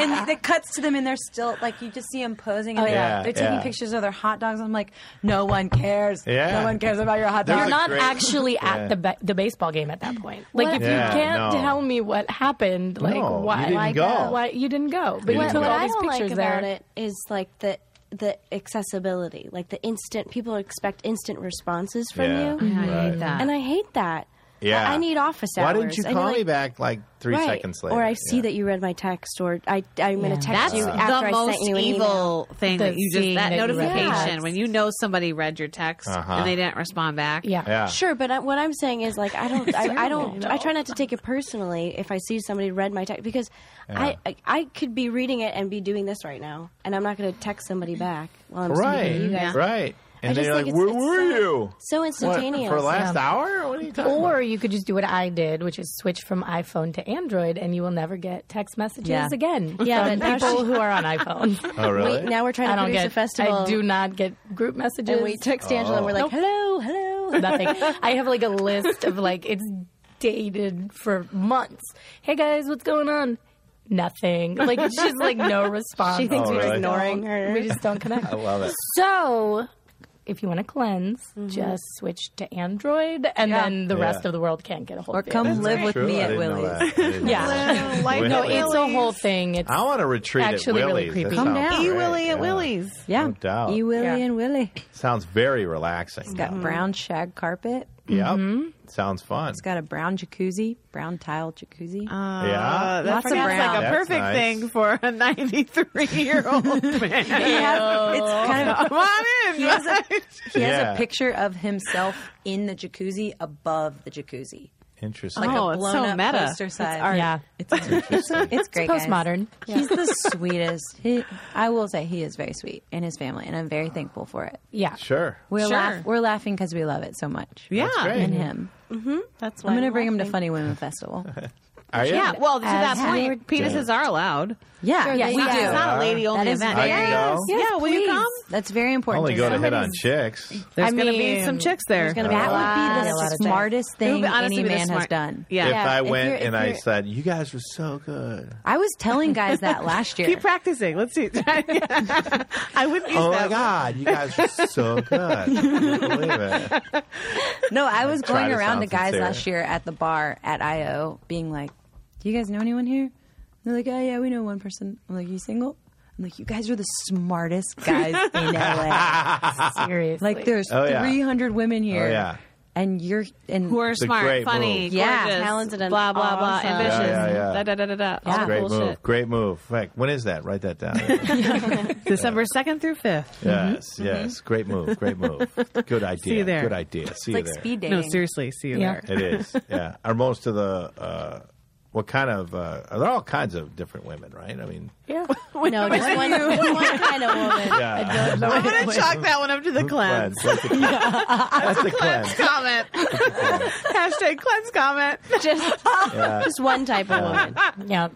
and it cuts to them, and they're still like, you just see them posing, and
Oh,
they,
yeah.
they're taking
Yeah.
pictures of their hot dogs. I'm like, no one cares.
Yeah.
No one cares about your hot
There's
dog.
a
you're not
great-
actually
Yeah.
at the ba- the baseball game at that point. Like
What-
if
Yeah,
you can't
no.
tell me what happened, like
No, you
why
didn't
why,
go.
why you didn't go? But
You
you
didn't
What,
took
what
go.
all
I
these
don't like
pictures
about
there.
it is like the the accessibility, like the instant. People expect instant responses from
Yeah.
you,
Yeah, I hate Right.
that.
and I hate that.
Yeah.
I, I need office
Why
hours.
didn't you
I need,
call me
like-
back like three
right.
seconds later?
Or I see
Yeah.
that you read my text, or I I'm going to text
That's
you
the
after I
most
sent you an email.
evil thing
The
that you just
seeing
that
that you read your
notification
text.
when you know somebody read your text
Uh-huh.
and they didn't respond back.
Yeah.
Yeah.
Sure, but I, what I'm saying is like I don't, I, I don't, I try not to take it personally if I see somebody read my text because I, I I could be reading it and be doing this right now, and I'm not going to text somebody back while I'm speaking to
Right.
you guys.
Right. And
I
then
just
you're like,
think
where
it's- it's
were
so-
you?
So
What,
instantaneous.
for last hour? What are you talking
Or
about?
you could just do what I did, which is switch from iPhone to Android, and you will never get text messages
Yeah.
again
Yeah,
from
but now
people who are on iPhone.
Oh, really?
Wait, now we're trying
I
to
don't
produce
get.
a festival.
I do not get group messages.
And we text Angela and we're like, hello, hello.
nothing. I have like a list of like it's dated for months. Hey guys, what's going on? Nothing. Like it's just like no response.
She thinks
Oh,
we're
really?
ignoring her.
we just don't connect.
I love it.
So, if you want to cleanse, just switch to Android, and
Yeah.
then the
Yeah.
rest of the world can't get a hold
Or
of you.
come live with
True? I
me at
didn't know
Willie's.
that. I didn't know
Yeah.
that.
Like,
Willie's.
No, it's a whole thing. It's
I want to retreat
Actually
at
really
Willie's. That sounds
creepy. Come
down.
Oh, great.
E Willie
Yeah.
at Willie's.
Yeah.
No doubt.
E. Willie
Yeah.
and Willie.
Sounds very relaxing.
Got brown shag carpet.
Yep. Sounds fun.
It's got a brown jacuzzi, brown tile jacuzzi.
yeah.
Uh, that
Lots of
sounds
brown.
like a
That's
perfect
nice.
thing for a 93 year old man.
He has- it's kind of
Come on in.
he has, a, he has
Yeah.
a picture of himself in the jacuzzi above the jacuzzi.
Interesting.
Like
Oh,
a
it's
blown
so
up
meta.
poster
It's
size.
art.
Yeah.
It's, it's, great. guys.
Postmodern.
He's the sweetest. He, I will say he is very sweet in his family, and I'm very thankful for it.
Yeah.
Sure.
We're,
Sure.
laugh- we're laughing because we love it so much.
Yeah. That's
great.
And him.
That's
I'm going to bring him to Funny Women Festival.
Are you?
Yeah, well, to that
As
point, penises are allowed.
Yeah.
Yeah,
we
we
do.
do.
It's not a lady
That
only
is
event.
I can
Yes.
go?
yeah, will you come?
That's very important.
Only
to
go
know.
to hit on chicks.
There's
I
going to be
mean,
some chicks there.
gonna be-
That
Wow. Yeah, a lot
would be the
of sex.
smartest
It would
thing
be- honestly
any
be the
man has
smart-
done.
Yeah.
If I
if
went
you're- if
and I
you're-
said, "You guys were so good,"
I was telling guys that last year.
Keep practicing. Let's see. I wouldn't use
oh my
that.
god, you guys were so good. I couldn't believe it.
No, I was
Try
going
to
around to
sound
guys
sincere.
last year at the bar at IO, being like, "Do you guys know anyone here?" And they're like, "Oh yeah, we know one person." I'm like, "You single?" I'm like, "You guys are the smartest guys in LA.
Seriously.
Like, there's
Oh, yeah.
300 women here,
yeah.
and you're and
Who are
It's a
smart,
great
funny,
move.
Yeah.
gorgeous,
Talented and
blah, blah, blah,
awesome.
ambitious,
Yeah, yeah, yeah.
da, da, da, da, da. All
Yeah.
the
Great
cool
move.
shit.
Great move. Frank, when is that? Write that down.
December 2nd through 5th.
yes, yes. Great move. Great move. Good idea.
you there.
Good idea. See
like
you there.
speed dating.
No, seriously, see you
Yeah.
there.
It is. Yeah. Are most of the uh, what kind of uh, are there all kinds of different women, right? I mean,
yeah.
No, just one, just one kind of woman.
yeah.
I'm going to chalk that one up to the cleanse.
Cleanse. That's a cleanse. That's a
Cleanse
cleanse.
comment. Hashtag cleanse comment.
Just, just one type of woman.
Yeah.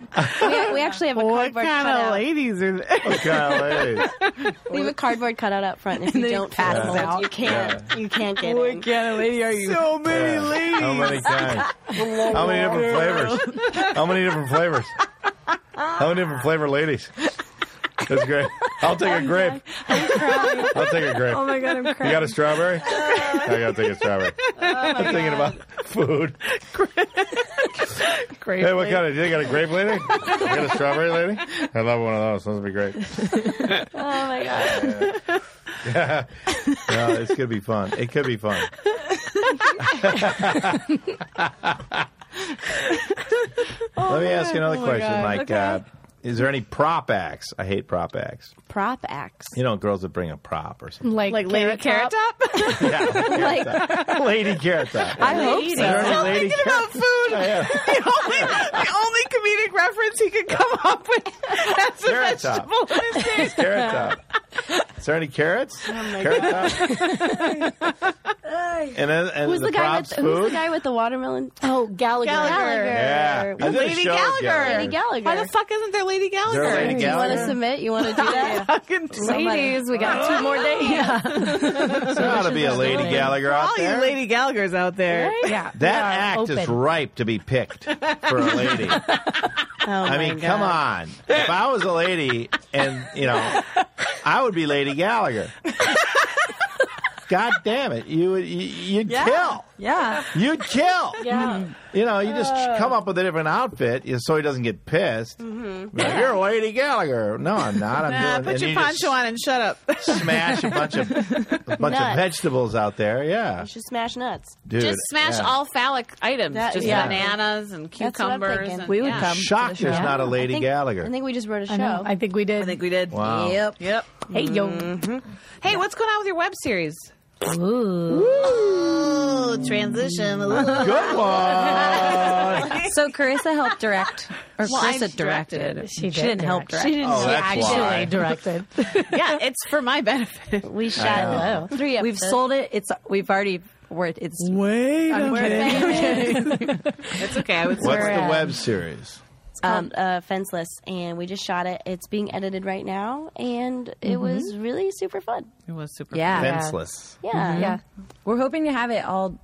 We, we actually have a
What
cardboard
kind of
cutout.
ladies are there?
Golly.
We have a cardboard cutout up front. And if you
they
don't
pass
pass
them out.
out, Oh you can't. You can't get in.
kind of lady are you?
So
Oh.
many ladies.
How many kinds? How many different flavors? How many different flavors? How many different flavor ladies? That's great. I'll take a grape. I'll take a grape.
Oh my god, I'm
You got
crying.
a strawberry? I gotta take a strawberry. I'm thinking about food.
Great
Hey, what
ladies.
kind of? You got a grape lady? You got a strawberry lady? I love one of those. Those would be great.
Oh my god!
No, this could be fun. It could be fun. Let me ask you
Oh
another question. Like, uh, is there any prop acts? I hate prop acts.
Prop axe.
You know, girls that bring a prop or something.
Like,
Like Lady Carrot Top?
Yeah, Carrot Top. lady carrot top.
I hope so.
Is there any lady
Thinking
carrot
about food.
Yeah.
The only, the only comedic reference he could come up with as a
Carrot top.
vegetable is this.
Carrot top. Is there any carrots?
Oh
carrot top. and then, and
Who's
the,
the, guy
props
with
food.
who's the guy with the watermelon?
oh, Gallagher.
Gallagher.
Yeah. I did a
Lady
show with
Gallagher.
Lady Gallagher.
Why the fuck isn't there Lady
Is there a
Gallagher?
Lady
You want to
Gallagher?
submit? You want to do that?
Fucking
Ladies, we got two more days. Yeah.
There's got to be a Lady Gallagher out
All
there.
you Lady Gallaghers out there.
yeah.
That act
open.
is ripe to be picked for a lady.
Oh
Oh
I mean, come on. If I was a lady, and you know, I would be Lady Gallagher. God damn it! You would you- you'd kill.
Yeah,
You'd kill.
Yeah.
You know, you just
Uh.
come up with a different outfit you- so he doesn't get pissed. Like, You're Lady Gallagher. No, I'm not. I'm
Mm-hmm. Nah,
doing.
Uh, put
and
your
you
poncho
just
on and shut up.
Smash a bunch of a bunch of
Nuts.
vegetables out there. Yeah,
You should smash nuts.
dude.
Just smash
yeah.
all phallic items.
That-
just
yeah.
bananas and
That's what I'm
cucumbers.
thinking.
and-
we would
yeah.
come. to the
Shocked
show.
there's not a Lady
I think-
Gallagher.
I think we just wrote a
I know.
show.
I think we did.
I think we did.
Wow.
Yep.
Yep.
hey, yo.
Hey, what's going on with your web series?
Ooh.
Ooh, transition. Ooh.
Good one.
So Carissa helped direct, or
Well, I
Carissa directed.
She did
not help direct.
direct. She didn't.
Oh,
she
that's
actually
why.
directed.
Mm-hmm.
yeah, it's for my benefit.
We shot
know.
three.
We've
episodes.
sold it. It's we've already. We're, it's
Wait a
minute.
It's okay. I would
What's
swear.
the
um,
web series?
um, uh, Fenceless, and we just shot it. It's being edited right now, and it was really super fun.
It was super.
yeah.
Fenceless.
Yeah,
Yeah.
We're hoping to have it all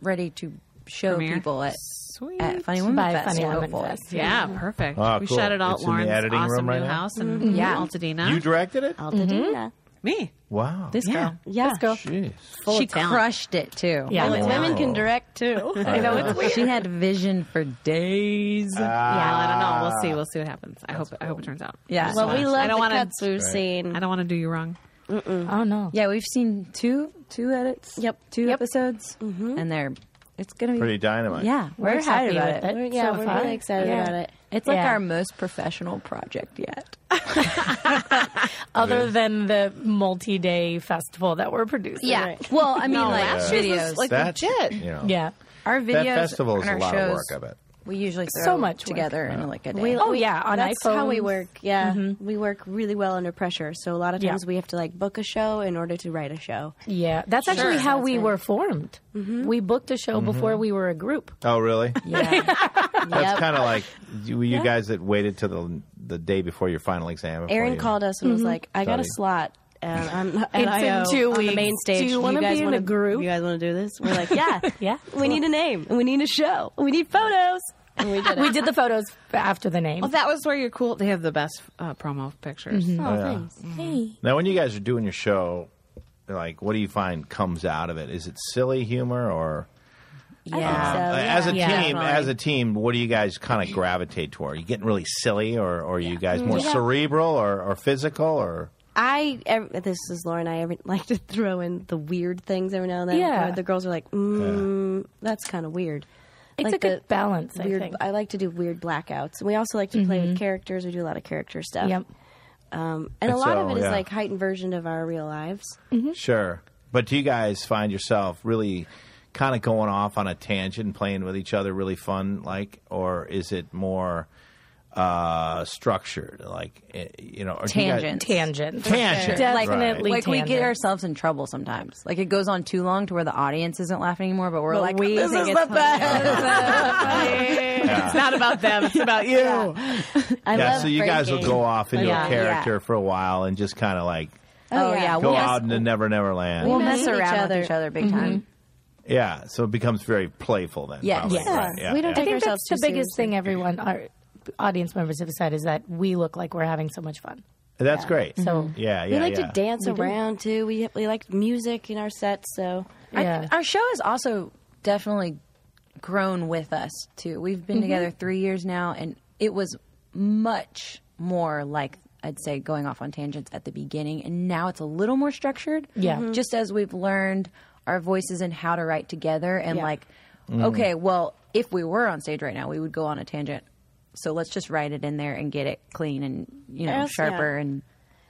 ready to show
Premiere.
people at,
Sweet.
at Funny Women
By
Fest.
Funny
we're
Women
hopeful.
Fest.
Yeah, perfect.
Ah,
we
cool.
shot it all
It's
at
in the
Lauren's
editing room
awesome
right
new
now?
house and
Yeah.
Altadena.
You directed it?
Altadena.
Me.
Wow.
This
Yeah.
girl,
Yeah,
Let's go.
Jeez.
Full
she
of talent.
crushed it too.
Yeah.
Women, women can direct too.
Oh, I know it's Uh,
She had vision for days.
Yeah, I don't know.
Ah.
We'll see. We'll see what happens. I hope. I hope it turns out.
yeah.
Well, we love
I don't
the
wanna-
cuts we've seen.
I don't want to do you wrong.
Oh no.
Yeah, we've seen two two edits.
Yep.
two
Yep.
episodes, mm-hmm. and they're it's gonna be
Pretty dynamite.
Yeah, we're,
We're
excited
happy
about
with
it.
it.
We're- yeah,
So
we're
fun.
really excited
Yeah.
about it.
It's like
Yeah.
our most professional project yet.
Other than the multi-day festival that we're producing.
Right.
Well, I mean,
Oh,
like
last
year's was,
videos,
like-
That,
legit.
You know,
Yeah.
our
That
videos,
festival is
and
a
our
lot
shows,
of work of it.
We usually throw
So much work.
together in like a day.
We,
Oh,
we-
yeah, on
that's how
iPhones.
we
Mm-hmm.
work. Yeah, we work really well under pressure. So a lot of
Yeah.
times we have to like book a show in order to write a show.
Yeah. That's actually how
That's Mm-hmm.
we
it.
were formed. We booked a show before we were a group.
Oh, really?
Yeah,
That's kind of like you, you guys that waited till the, the day before your final exam. before
Aaron
you-
called us and was like, "I got a
Sorry.
slot." And I'm at
Mm-hmm. It's
IO
in two
on the main
weeks.
stage.
Do you wanna
guys
be in
wanna-
a group?"
You guys want to do this? We're like, yeah,
Yeah.
We need a name. and We need a show. and We need photos. And we did it.
We did the photos after the name.
Well, that was where you're cool. They have the best uh, promo pictures.
Oh,
yeah.
thanks.
Mm-hmm.
Now, when you guys are doing your show, like, what do you find comes out of it? Is it silly humor or?
Yeah. So,
Uh,
yeah.
as a
Yeah.
team, as a team, what do you guys kind of gravitate toward? Are you getting really silly, or, or are you guys more cerebral or, or physical, or
I ev this is Lauren. I every, like to throw in the weird things every now and then.
Yeah.
Where the girls are like, mm, that's kind of weird.
It's
like
a good
the
balance, I
Weird.
think. Mm-hmm.
I, like to do weird blackouts. We also like to play with characters. We do a lot of character stuff.
Yep.
Um, and a
And
lot
so,
of it is
yeah.
like heightened version of our real lives.
sure? But do you guys find yourself really kind of going off on a tangent, and playing with each other, really fun, like, or is it more uh, structured, like, eh, you know, or do you guys-
Tangents.
Tangent.
Tangent,
Like-
Definitely
like we get
tangent.
ourselves in trouble sometimes. Like it goes on too long to where the audience isn't laughing anymore, but we're
But
like,
we
this
think
is
it's
the best.
It's not about them. It's about you.
I
yeah,
love
so you guys will
breaking.
go off into
Yeah.
a character for a while and just kind of like
oh
yeah.
yeah,
go
we'll, mess,
out into Never Never Land.
we'll
mess
mess
with each
around
other.
with each other Mm-hmm. big time.
Yeah, so it becomes very playful then.
Yes.
probably,
Yes.
right? Yeah,
We don't
yeah.
take
I think
ourselves
that's the
too
biggest
seriously.
thing everyone, our audience members have said, is that we look like we're having so much fun.
That's great.
So-
yeah, yeah,
we like
yeah.
to dance around too. We we like music in our sets. So
Yeah.
Our show has also definitely grown with us too. We've been together three years now, and it was much more like I'd say going off on tangents at the beginning, and now it's a little more structured.
Yeah.
Mm-hmm.
Mhm.
just as we've learned our voices and how to write together, and
Yeah.
like,
Mm.
okay, well, if we were on stage right now, we would go on a tangent. So let's just write it in there and get it clean and you know
Yes, yeah.
sharper and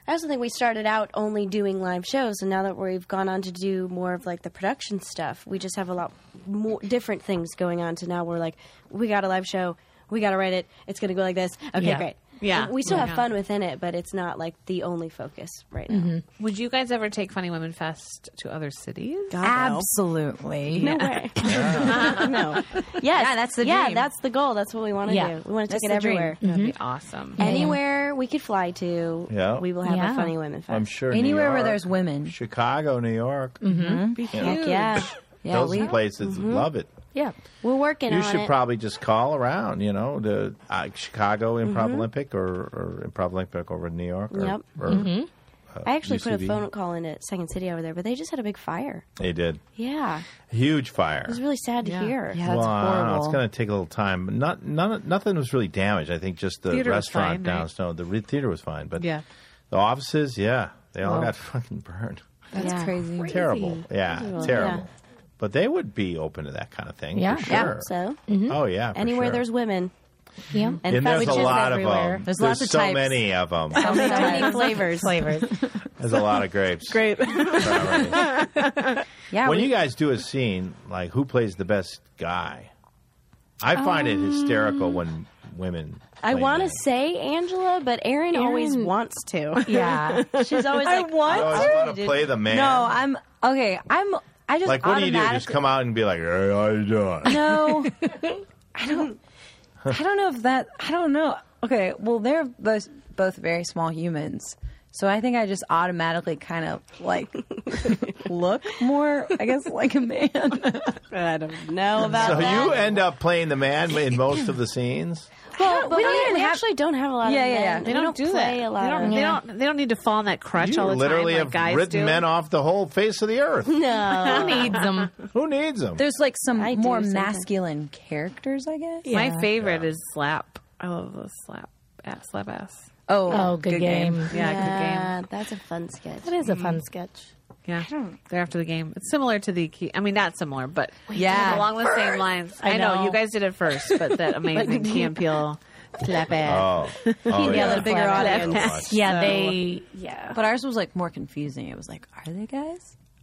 I also think we started out only doing live shows, and now that we've gone on to do more of like the production stuff, we just have a lot more different things going on. To now we're like, we got a live show, we got to write it. It's going to go like this. Okay,
Yeah.
great.
Yeah.
And we still
Yeah.
have fun within it, but it's not like the only focus right now.
Would you guys ever take Funny Women Fest to other cities?
absolutely
Mm-hmm.
No way. no. Yes. Yeah,
that's the
yeah,
dream.
that's the goal. That's what we want to
Yeah. Mm-hmm.
do. We want to
That's
take it
the dream.
everywhere.
That'd be awesome.
Anywhere we could fly to,
Yeah.
we will have a
Yeah.
funny women fest.
I'm sure New
anywhere where
York,
there's women.
Chicago, New York,
Heck yeah.
Yeah,
those
we-
places love it.
Yeah.
We're working
You
on
should
it.
probably just call around, you know, the uh, Chicago Improv Olympic or, or Improv Olympic over in New York. Or,
Yep.
or
I actually put
UCB.
a phone call into Second City over there, but they just had a big fire.
They did
Yeah, it
huge fire.
was really sad to hear.
Yeah, that's
Well, I don't know.
horrible.
It's going to take a little time. But not none, nothing was really damaged. I think just the
Theater was
restaurant
fine, right?
down. No, the re- theater was fine, but
Yeah.
the offices, yeah, they all
Wow.
got fucking burned.
That's crazy.
Terrible. Yeah, terrible.
Yeah.
But they would be open to that kind of thing.
Yeah.
for
Yeah,
sure.
so
Oh yeah, for
anywhere
sure.
there's women
Yeah.
and,
and there's a
sandwiches
lot
everywhere.
of them.
There's lots of
so
types.
many of them.
many flavors.
Flavors.
There's a lot of grapes. Grape.
Yeah,
when
we-
you guys do a scene, like who plays the best guy? I find it hysterical
Um,
when women.
I
play
want to
that.
say Angela, but Erin always wants to.
yeah.
She's always like,
Oh, I
want
always want to play the man.
No, I'm okay. I'm. I just
like what do you do? Just
automatically-
come out and be like, "Hey, how you doing?"
No, I don't. I don't know if that. I don't know. Okay, well, they're both both very small humans, so I think I just automatically kind of like look more. I guess like a man.
I don't know about
So
that.
you end up playing the man in most of the scenes.
well, but
we
we,
don't even
we
have-
actually don't have a lot.
Yeah,
of
yeah,
men.
yeah. They
They
We
don't, do
play
that.
a lot.
They don't,
of
they don't. They don't need to fall on that crutch
You
all the
literally
time
have
like guys
ridden
do.
men off the whole face of the earth.
No,
Who needs them?
Who needs them?
There's like some
I do
more
sometimes.
masculine characters, I guess.
My favorite is slap. I love the slap ass, slap ass.
Oh,
Oh, good, game. Mm.
Yeah,
yeah,
good game.
that's a fun sketch.
That is a fun sketch.
Yeah, they're after the game. It's similar to the key. I mean, not similar, but
Yeah.
along the same lines. I,
I
know.
know.
you guys did it first, but that amazing Key and Peele slap ass.
Oh, oh yeah.
the bigger
Flat
audience.
Watch.
Yeah, they. Yeah.
But ours was like more confusing. It was like, are they guys?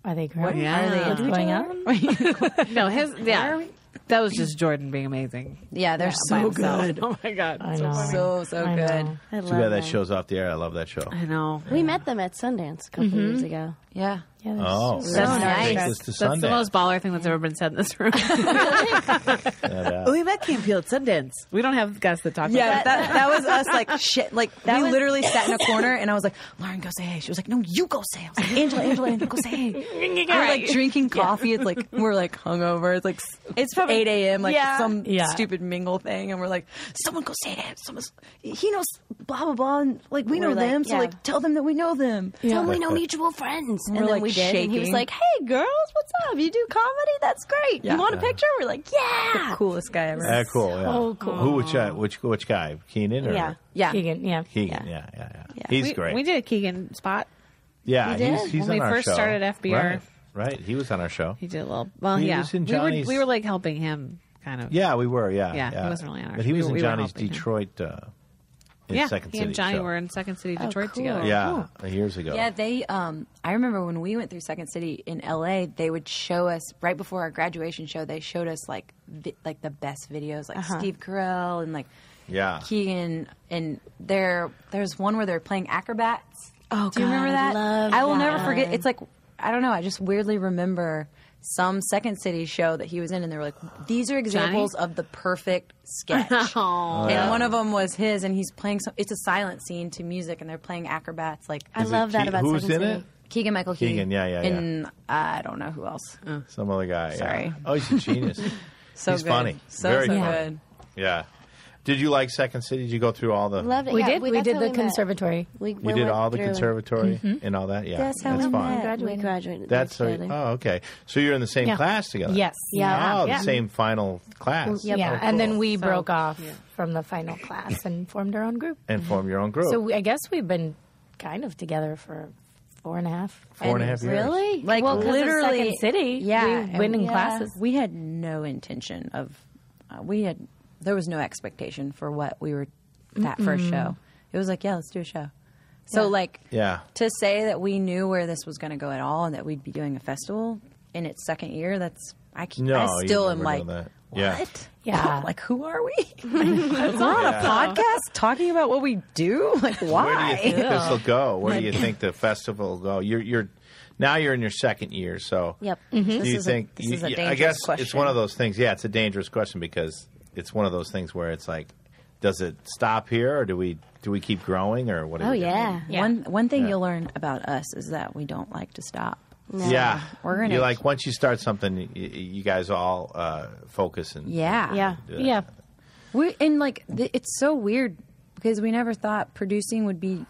Are they grown?
Yeah.
Are they
What's
going on?
No, his yeah, that was just Jordan being amazing.
Yeah, they're
by
so
himself.
good.
Oh my god,
I know.
So so
I
good.
know.
I love
Too bad that show's off the air. I love that show.
I know.
We met them at Sundance a couple years ago.
Yeah.
Yeah, they're
Oh,
so-
That's
Take
nice.
this to
That's the
Sundance.
most baller thing that's ever been said in this room.
Yeah, yeah.
we met Key and Peele at Sundance. We don't have guests that talk.
Yeah,
about that.
that, that was us like shit. Like we
was-
literally sat in a corner and I was like, Lauren, go say hey. She was like, No, you go say. hey." I was like, Angela, Angela, Angela, go say hey. We're like drinking coffee. It's like we're like hungover. It's like s- it's probably eight a.m. Like
Yeah.
some
Yeah.
stupid mingle thing, and we're like, someone go say that. Someone, he knows blah blah blah. And like we know
We're like,
them, so
yeah.
like tell them that we know them.
Tell me no mutual friends. And
We're,
then
like,
we did. And he was
shaking.
like, hey, girls, what's up? You do comedy? That's great.
Yeah.
You want a picture? We're like, yeah.
Coolest guy ever.
Ah, cool. Yeah.
So cool.
Who? Which? Uh, which? Which guy? Keenan or
Yeah.
Yeah,
Keegan, yeah.
Keegan? Yeah, yeah, yeah. He's
we,
great.
We did a Keegan spot.
yeah,
did.
he's, he's
When
on
we
our
first
show.
started FBR.
Right. right. He was on our show.
He did a little. Well,
He
yeah,
was in
we were
Johnny's-
we were like helping him kind of.
Yeah, we were. Yeah,
Yeah, he wasn't really on our
But he
show.
was
We-
in
we were
Johnny's
helping him.
Detroit. Uh, in
yeah.
Second
he
City
and Johnny
show.
were in Second City, Detroit Oh.
cool.
together.
Yeah, years ago.
Yeah, they. Um, I remember when we went through Second City in LA, they would show us right before our graduation show. They showed us like vi- like the best videos, like
Uh-huh.
Steve Carell and like
Yeah.
Keegan. And there, there's one where they're playing acrobats.
Oh,
do you
God,
remember
I
that?
love
will
that.
never forget. It's like I don't know. I just weirdly remember some Second City show that he was in, and they were like, "These are examples of the perfect sketch."
Oh,
And one of them was his, and he's playing some. It's a silent scene to music, and they're playing acrobats like
I
Is it
love that
Ke-
about
who's
Second
in
City.
it?
Keegan Michael Key.
Keegan, yeah, yeah, yeah.
And I don't know who else.
Some other guy. yeah.
Sorry.
Oh, he's a genius.
So
He's
good.
funny.
So
Very
so
funny.
good.
yeah. Did you like Second City? Did you go through all the?
Love it.
We
Yeah,
did. We
that's
did
how
the
met.
conservatory.
We,
You did all the conservatory and all that. Yeah,
That's how we
fine.
met.
Graduated.
Oh, We graduated.
That's
together.
so. Oh, okay. So you're in the same
Yeah.
class together.
Yes.
Yeah.
Oh,
Yeah.
the same final class.
Yep.
Yeah,
Oh,
and then
cool.
we
So-
broke off
yeah.
from the final class and formed our own group.
and form your own group.
So we, I guess we've been kind of together for four and a half.
Four and a
and
half years.
Really?
Like
Well, 'cause of
literally,
Second City,
Yeah,
we win in
yeah.
classes.
We had no intention of. Uh, we had there was no expectation for what we were that first show. It was like, yeah, let's do a show. So like,
Yeah.
to say that we knew where this was going to go at all and that we'd be doing a festival in its second year, that's I can
No,
I
you
still am
never
like,
know that. Yeah.
what?
Yeah.
like who are we? We're on a podcast talking about what we do. Like why?
Where do you think this will go? Where do you think the festival will go? You're you're now you're in your second year, so
Yep.
do you
is a-
think?
this
you-
is a
you- I
dangerous
guess it's
question.
one of those things. Yeah, it's a dangerous question because it's one of those things where it's like, does it stop here, or do we do we keep growing, or what? do
Oh,
we do?
yeah.
One one thing you'll learn about us is that we don't like to stop.
Yeah,
We're gonna-
You like once you start something, you, you guys all uh, focus and
Yeah.
Yeah.
do that.
Yeah.
We and like th- it's so weird because we never thought producing would be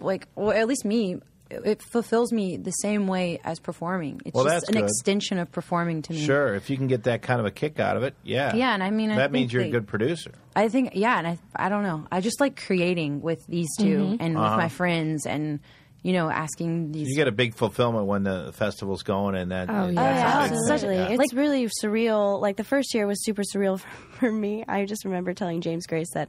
like well at least me it- it fulfills me the same way as performing. It's
Well,
just
that's
an
good.
extension of performing to me.
Sure, if you can get that kind of a kick out of it, yeah.
Yeah, and I mean, I
that means
think
you're a
they-
good producer.
I think yeah, and I I don't know. I just like creating with these 2
Mm-hmm.
and with my friends and you know asking these
Uh-huh. You get a big fulfillment when the festival's going, and that. Oh,
yeah.
Yeah,
it's such-
absolutely.
yeah.
It's
Like-
really surreal. Like the first year was super surreal for, for me. I just remember telling James Grace that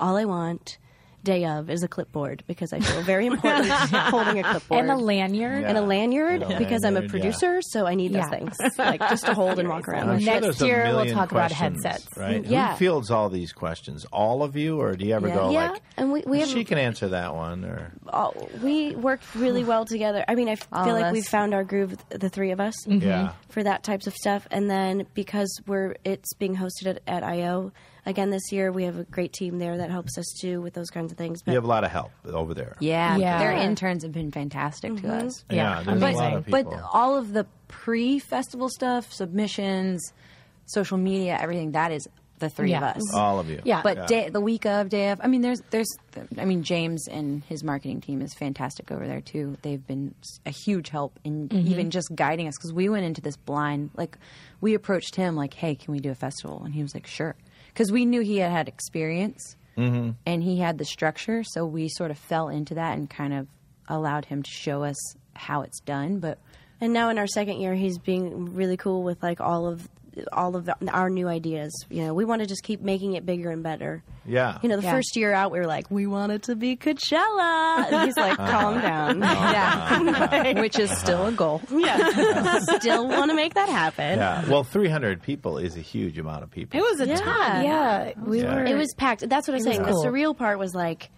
all I want day of is a clipboard because I feel very important holding a clipboard
And a lanyard.
Yeah.
And a lanyard
And a
because I'm a
lanyard, yeah.
producer, so I need those
Yeah.
things like just to hold and walk
And
around.
I'm
with.
sure
Next
there's a
year, we'll
million
talk about
questions,
headsets.
Right?
Yeah.
Who fields all these questions? All of you, or do you ever
Yeah.
go
yeah,
like?
and we we have
she can answer that one, or
all, we worked really well together. I mean, I f-
All
feel
of
like
us.
we found our groove, th- the three of us,
Mm-hmm. Yeah.
for that types of stuff. And then because we're it's being hosted at, at IO again this year, we have a great team there that helps us too with those kinds of things. But
you have a lot of help over there.
yeah,
Yeah. Mm-hmm.
their interns have been fantastic to us.
yeah.
Yeah,
There's a lot
amazing.
of people.
But all of the pre-festival stuff, submissions, social media, everything that is the three
Yeah.
of us.
all of you.
Yeah.
but day, the week of, day of, I mean, there's, there's, I mean, James and his marketing team is fantastic over there too. They've been s- a huge help in even just guiding us because we went into this blind. Like, we approached him like, "Hey, can we do a festival?" And he was like, "Sure," because we knew he had had experience and he had the structure, so we sort of fell into that and kind of allowed him to show us how it's done. But
And now in our second year, he's being really cool with like all of all of the- our new ideas. You know, we want to just keep making it bigger and better.
Yeah.
You know, the
Yeah.
first year out, we were like, we want it to be Coachella. And he's like, calm down.
yeah, which is still a goal.
Yeah. Still want to make that happen.
yeah. Well, 300 people is a huge amount of people.
It was a
Yeah.
ton.
Yeah, we
Yeah.
were.
It was packed. That's what I'm saying.
cool.
The surreal part was like,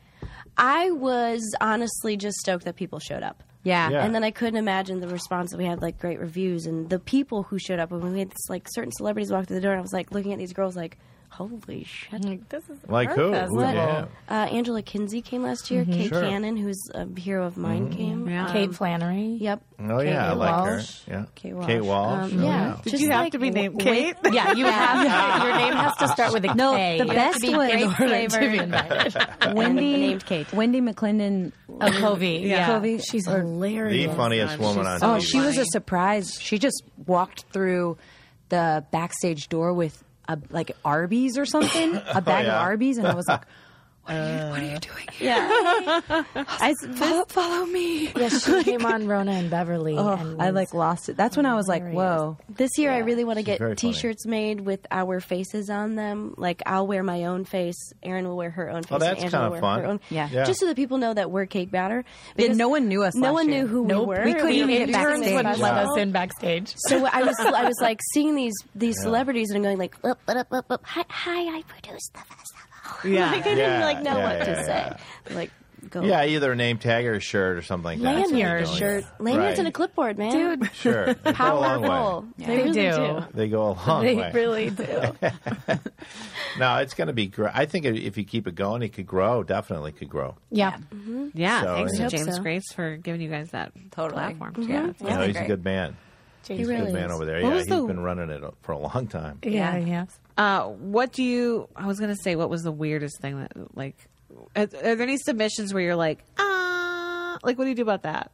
I was honestly just stoked that people showed up.
Yeah.
Yeah.
And then I couldn't imagine the response that we had, like great reviews and the people who showed up. When we had this, like certain celebrities walk through the door, and I was like looking at these girls, like, holy shit.
This is
like who?
Earth
Who-
What?
yeah.
Uh, Angela Kinsey came last year. Kate
Sure. Mm-hmm.
Cannon, who's a hero of mine, came.
Yeah.
Um,
Kate Flannery.
Yep.
Oh, yeah. I like
Walsh.
her. Yeah.
Kate Walsh.
Kate Walsh.
Um,
oh,
yeah.
yeah.
Did
Just
you have
like
to be named
w- wait-
Kate?
Yeah, you have your name has to start with a
No,
K.
the
You have to
best
be
one-
in
in
order
order
to be invited.
Wendy
named Kate.
Wendy McClendon
A Covey.
Yeah.
Covey.
She's
The
hilarious.
funniest woman on
Oh,
TV.
she was a surprise. She just walked through the backstage door with a like Arby's or something, a bag
yeah.
of Arby's, and I was like, "What are you, what are you doing? here?
I,
Follow, follow me."
Yes, she came on Rona and Beverly.
Oh,
and
I
was-
like lost it. That's when I was like, "Whoa."
This year, I really want to
very
get
funny.
T-shirts made with our faces on them. Like I'll wear my own face. Erin will wear her own face.
Oh, that's
and Angela
kinda
will wear
fun.
Her own.
Yeah. Yeah.
Just so that people know that we're cake batter.
Yeah,
Because
no one knew us
No
last
one
year.
knew who
Nope.
we were.
We couldn't even
didn't
get
get
backstage.
to
Interns wouldn't
the
let
level.
us in backstage.
So I was, I was like seeing these these celebrities and I'm going like, up, up, up, up. Hi, hi, I produced the festival.
Yeah.
like I didn't
Yeah,
like know
yeah,
what to
yeah,
say. Like go.
Yeah, either a name tag or a shirt or something like that. That's what they're
Lanyard
doing.
Shirt, lanyards,
Right.
and a clipboard, man.
Dude,
Sure. They go a long way.
powerful.
They
really
do.
They go a long
they
way.
really do.
no, it's going to be great. I think if you keep it going, it could grow. Definitely could grow.
Yeah.
Yeah,
So,
thanks
yeah.
to
Hope
James
so.
Grace for giving you guys that
Totally.
platform. Yeah.
You know, he's a good man.
He
He's a
really
good man
is.
over there.
What
yeah,
was
he's
the-
been running it for a long time.
Yeah. Yeah.
Uh, what do you? I was gonna say, what was the weirdest thing that like? Are, are there any submissions where you're like, ah, like what do you do about that?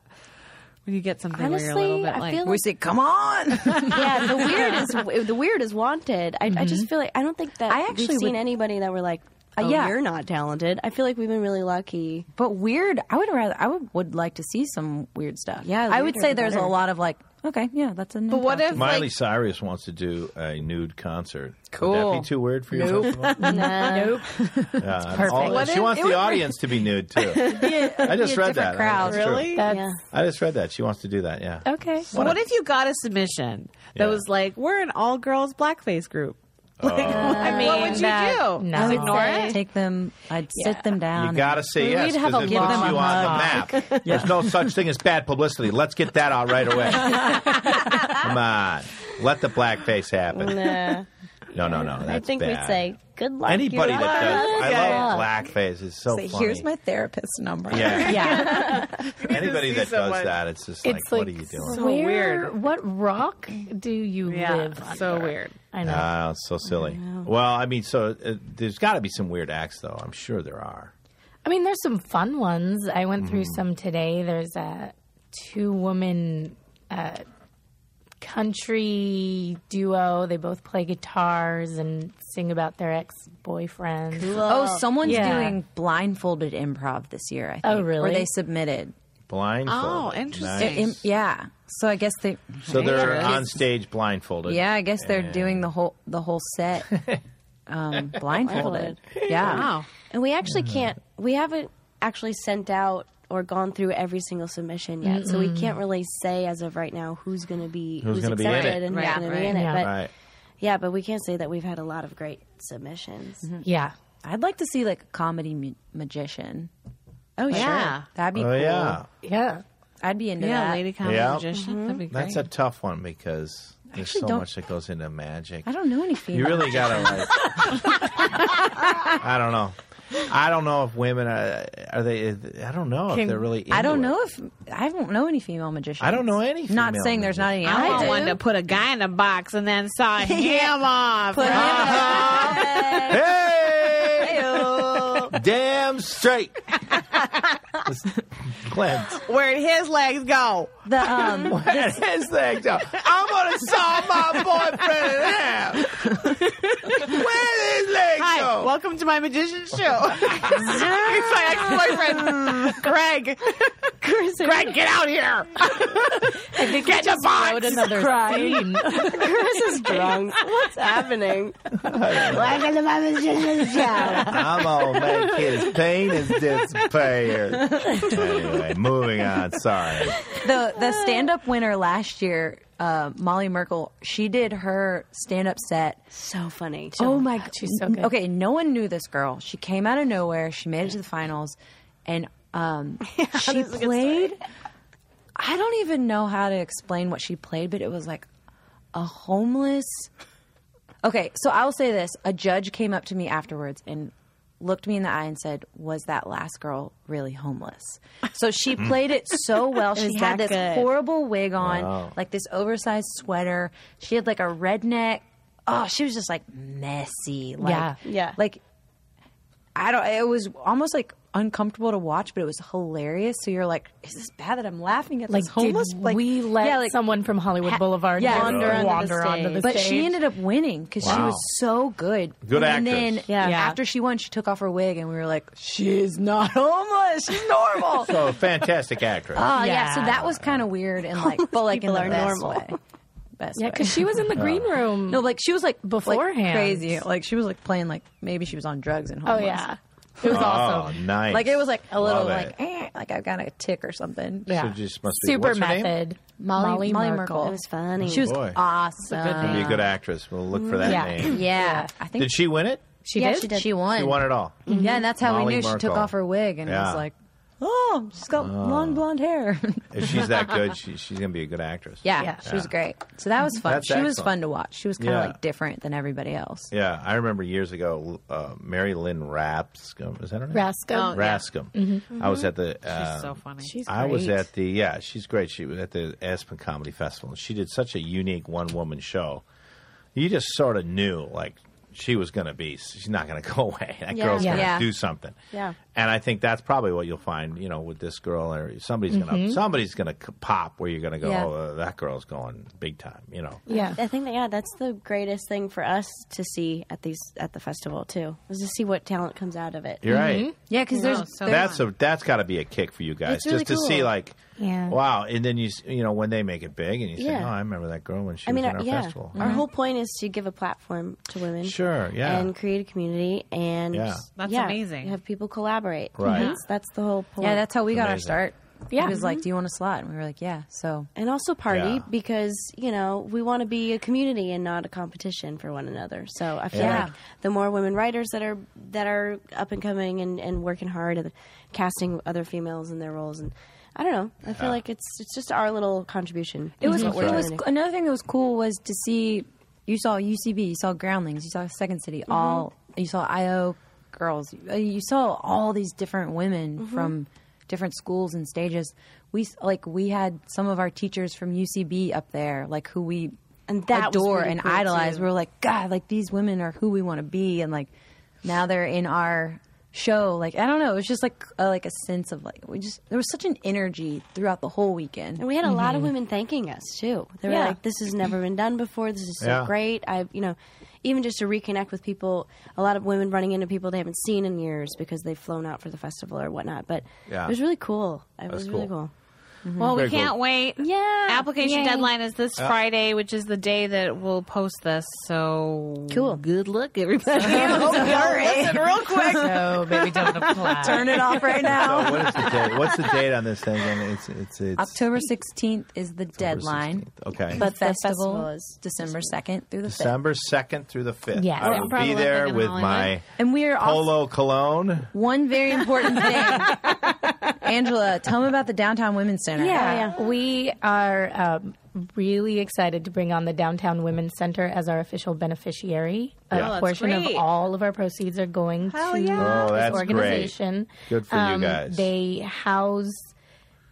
When you get something where you're a little
Honestly,
bit
I
like,
feel
We said, "Come on!"
yeah, the weird is the weird is wanted. I, I just feel like I don't think that
I actually
we've seen
would-
anybody that were like, oh,
yeah.
you're not talented. I feel like we've been really lucky.
but weird. I would rather. I would, would like to see some weird stuff.
Yeah,
I would
weirder
say
the
there's a
better.
lot of like, okay, yeah, that's a.
but what if
Miley
like,
Cyrus wants to do a nude concert. Would
Cool.
that be too weird for your festival?
nope.
Yeah,
perfect.
all-
What
she
if-
wants
it
the
would-
audience to be nude too. I just read that.
different crowd.
That's true.
really?
That's
Yeah.
I just read that. She wants to do that. Yeah.
okay.
So what if you got a submission that
Yeah.
was like, we're an all girls blackface group? Like,
Uh,
I mean, what would you
that-
do?
no.
I
Just
would
ignore
say
it.
Take them. I'd
Yeah.
sit them down.
You gotta say yes
we'd have
because
a
it puts you
lot
on
of
the map. There's no such thing as bad publicity. Let's get that out right away. Come on, let the blackface happen.
Nah.
No, no, no. That's
I think
bad.
we'd say, good luck.
anybody
you're
that does.
not
I
Yeah.
love blackface. It's so
Say,
funny.
Here's my therapist number.
yeah.
Yeah.
Anybody
see
that
someone.
does that, it's just like,
It's
what are you doing?
so
where,
weird.
What rock do you
Yeah,
live on?
so weird.
I know.
Ah, it's so silly. Well, I mean, so uh, there's got to be some weird acts, though. I'm sure there are.
I mean, there's some fun ones. I went through
Mm-hmm.
some today. There's a two woman uh, country duo. They both play guitars and sing about their ex boyfriends.
Oh, someone's
Yeah.
doing blindfolded improv this year. I think.
Oh, really?
Or they submitted.
Blindfolded.
Oh, interesting.
Nice.
Im- yeah. So I guess they.
So they're on stage blindfolded.
Yeah, I guess they're doing the whole the whole set um, blindfolded. Yeah.
Wow.
And we actually
Mm-hmm.
can't. We haven't actually sent out or gone through every single submission yet, so we can't really say as of right now who's going to be
Who's
who's,
gonna be in
accepted
it.
and who's
Right,
going
right.
to be in it.
Yeah.
But
Right.
yeah, but we can't say that we've had a lot of great submissions.
Yeah.
I'd like to see like a comedy mu- magician.
Oh yeah,
That'd be
Oh,
cool.
yeah.
Yeah.
I'd be into
yeah,
that.
lady comedy
Yeah.
magician. That'd be great.
That's a tough one because there's
Actually
so
don't-
much that goes into magic.
I don't know any
You
female.
really gotta. Like, I don't know. I don't know if women are. Are they? I don't know if
Can-
they're really. Into
I don't
it.
know if I don't know any female magicians.
I don't know any
Not
female
saying there's not any.
I
out
want
there.
one to put a guy in a box and then saw him off.
Put him
Hey, damn straight. Clint,
Where did his legs go?
The um,
And his thing down. I'm gonna saw my boyfriend in half. Where did his legs
Hi,
go?
welcome to my magician show. He's my ex-boyfriend, Greg. Greg, get out here. get the box.
another scene.
Chris is drunk. What's happening? Welcome to my magician's show.
I'm gonna make his penis disappear. Anyway, moving on. Sorry.
the the stand up winner last year, uh, Molly Merkel. She did her stand up set.
So funny.
Oh my god,
Ah, she's so good.
Okay, no one knew this girl. She came out of nowhere. She made it to the finals, and um, she played. I don't even know how to explain what she played, but it was like a homeless. Okay, so I will say this: a judge came up to me afterwards and looked me in the eye and said, "Was that last girl really homeless?" So she played it so well. she
was
had
that
this
good.
horrible wig on,
Wow.
like this oversized sweater. She had like a redneck. Oh, she was just like messy. Like,
Yeah.
Yeah.
Like I don't. It was almost like uncomfortable to watch, but it was hilarious. So you're like, is this bad that I'm laughing at
Like,
this homeless?
did we let someone from Hollywood
Ha-
Boulevard
yeah.
wander,
Wander
onto,
onto the
the
stage.
But she
stage?
ended up winning because she
Wow.
was so good.
Good
and
actress.
then yeah.
Yeah.
after she won, she took off her wig, and we were like, she's not homeless. She's normal.
So Oh, fantastic actress.
Oh yeah.
Yeah.
so that was kind of weird and like, but like in the
people are
best
normal.
way. Best
yeah,
way.
because she was in the green room.
no, like she was like like,
Beforehand.
crazy. Like she was like playing like maybe she was on drugs and
oh
homeless.
yeah, it was
oh,
awesome.
nice.
Like it was like a little
Love
like
it.
eh, like I've got a tick or something.
So
Yeah.
just must be-
Super
what's her name?
method.
Molly, Molly Merkel.
It was funny.
She was
Boy.
awesome.
Be a good actress. We'll look for that
Yeah.
name.
Yeah, I think
Did she win it?
She
yeah,
did.
She, she won. Mm-hmm.
She won it all.
Yeah, and that's how
Molly
we knew she took
Merkel.
off her wig and
Yeah.
was like, "Oh, she's got long blonde hair."
If she's that good, she, she's gonna be a good actress.
yeah,
Yeah.
she was great. So that was fun.
That's
she was
excellent.
fun to watch. She was kind of
Yeah.
like different than everybody else.
Yeah, I remember years ago, uh, Mary Lynn Rapscum. Is that her name?
Rasco.
Oh.
Rascom.
Mm-hmm.
I was at the. Uh,
so funny.
She's
I was
great.
at the yeah, she's great. She was at the Aspen Comedy Festival, and she did such a unique one woman show. You just sort of knew like she was going to be. She's not going to go away. That
Yeah.
girl's going to
Yeah.
do something.
Yeah.
And I think that's probably what you'll find. You know, with this girl, or somebody's going
Mm-hmm.
to somebody's going to pop where you're going to go.
Yeah.
Oh, uh, that girl's going big time. You
Mm-hmm.
know.
Yeah.
I think that yeah, that's the greatest thing for us to see at these at the festival too, is to see what talent comes out of it.
You're right.
Yeah, because
No,
there's
so
there's-
that's a that's got to be a kick for you guys
It's really
just to see
cool.
like
Yeah.
wow and then you s- you know when they make it big and you say
Yeah.
oh I remember that girl when she
I
was
mean,
in
our,
our
yeah, Uh-huh.
festival Mm-hmm.
our whole point is to give a platform to women,
Sure, yeah.
and create a community, and
Yeah.
That's
yeah,
amazing.
Have people collaborate,
Right. Mhm.
That's, that's the whole point.
yeah, that's how we got our
amazing.
start.
Yeah.
he was like, "Do you want a slot?" And we were like, "Yeah." So
and also party
Yeah.
because you know we want to be a community and not a competition for one another. So I feel
Yeah.
like the more women writers that are that are up and coming and, and working hard and casting other females in their roles, and I don't know, I feel like it's it's just our little contribution. Mm-hmm.
It was.
What we're
It was
doing.
another thing that was cool was to see. You saw UCB. You saw Groundlings. You saw Second City.
Mm-hmm.
All you saw IO girls. uh, You saw all these different women
Mm-hmm.
from different schools and stages. We s- like we had some of our teachers from UCB up there, like who we
And that was
adore
pretty
and
cool,
idolize.
too.
We were like, God, like these women are who we want to be, and like now they're in our show. Like I don't know. It was just like a, like a sense of like we just there was such an energy throughout the whole weekend.
And we had a lot of women thanking us too. They were
Yeah.
like, "This has never been done before. This is so
Yeah.
great." I, you know, even just to reconnect with people. A lot of women running into people they haven't seen in years because they've flown out for the festival or whatnot. But
Yeah.
it was really cool. It was really
cool.
cool.
Well, we
Very
can't
cool. Uh,
wait.
Yeah.
Application
Yay.
deadline is this Friday, which is the day that we'll post this. So
Cool.
Good luck, everybody.
real quick.
So baby, don't apply.
Turn it off right now.
So what is the date? What's the date on this thing? And it's it's, it's
October 16th is the deadline.
16th. Okay.
But
The
festival,
festival
is
is
December 2nd through the 5th.
December second through the fifth.
Yes.
I will
Improv
be
Olympic
there
in
with
Hollywood.
my
And we are also
polo cologne.
one very important thing. Angela, tell them about the Downtown Women's Center.
Yeah, yeah.
We are um, really excited to bring on the Downtown Women's Center as our official beneficiary. A
Yeah. Oh, that's
portion
great.
of all of our proceeds are going
Hell
to
Oh,
yeah.
this
that's great.
organization.
Good for you guys.
They house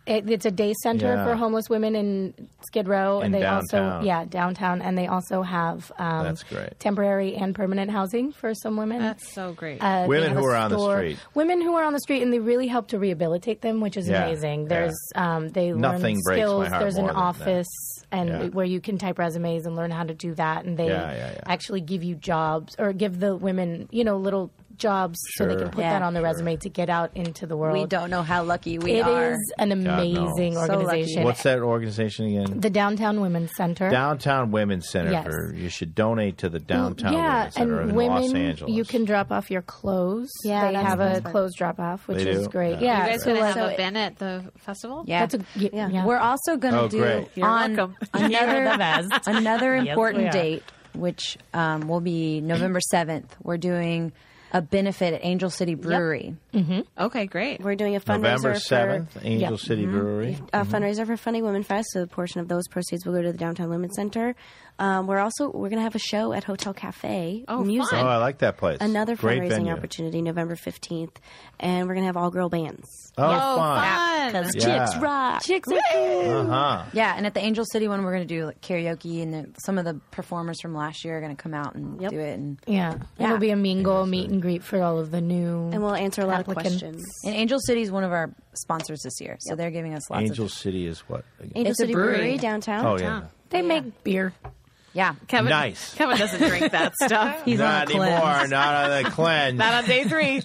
It, it's a day center
Yeah.
for homeless women in Skid Row,
In
and they
downtown.
also yeah downtown, and they also have um,
That's great.
temporary and permanent housing for some women.
That's so great.
Uh, they
Women
have
who
a
are on the
store-
street.
Women who are on the street, and they really help to rehabilitate them, which is
Yeah,
amazing.
yeah.
There's um, they
Nothing
learn
breaks my
skills.
heart
There's an
more than that.
office and
Yeah.
where you can type resumes and learn how to do that, and they
Yeah, yeah, yeah.
actually give you jobs or give the women you know little jobs so they
Sure.
can put
Yeah.
that on their resume to get out into the world.
We don't know how lucky we
It
are.
is an amazing
So lucky.
organization.
What's that organization again?
the Downtown Women's Center.
Downtown Women's Center.
Yes.
For, you should donate to the Downtown
yeah,
Women's Center
and
in
women,
Los Angeles.
you can drop off your clothes.
Yeah,
they
that's-
have a
that's fun.
clothes drop off, which
They
is
do?
great.
Yeah.
you
Yeah,
guys gonna
so,
have
uh,
a bin at the festival?
Yeah.
That's a y- yeah.
We're also going to
Oh,
do
great.
You're
on
welcome.
You're the
another
best.
another
Yes,
important
we are.
date, which um, will be November seventh. We're doing a benefit at Angel City Brewery.
Okay, great.
We're doing a fundraiser
November
for-
seventh, Mm-hmm. Angel
Yeah.
City Brewery.
a fundraiser for Funny Women Fest. So a portion of those proceeds will go to the Downtown Women's Center. Um, we're also we're going to have a show at Hotel Cafe.
Oh,
music.
Oh, I like that place.
Another
Great
fundraising
venue.
opportunity, November fifteenth, and we're going to have all girl bands.
Oh,
Oh, fun.
Yeah.
Chicks rock.
Chicks are cool.
Uh huh.
Yeah, and at the Angel City one, we're going to do like karaoke, and then some of the performers from last year are going to come out and
Yep.
do it. And,
Yeah.
Yeah.
it'll be a mingle, meet and greet for all of the new.
and we'll answer a lot
Applicants.
of questions.
and Angel City is one of our sponsors this year, so they're giving us lots
Angel
of
City is what? again?
Angel
It's a
City Brewery,
brewery.
downtown.
Oh yeah.
they make beer.
yeah.
Kevin,
Nice.
Kevin doesn't drink that stuff. He's
Not
on a cleanse.
anymore. Not on the cleanse.
not on day three.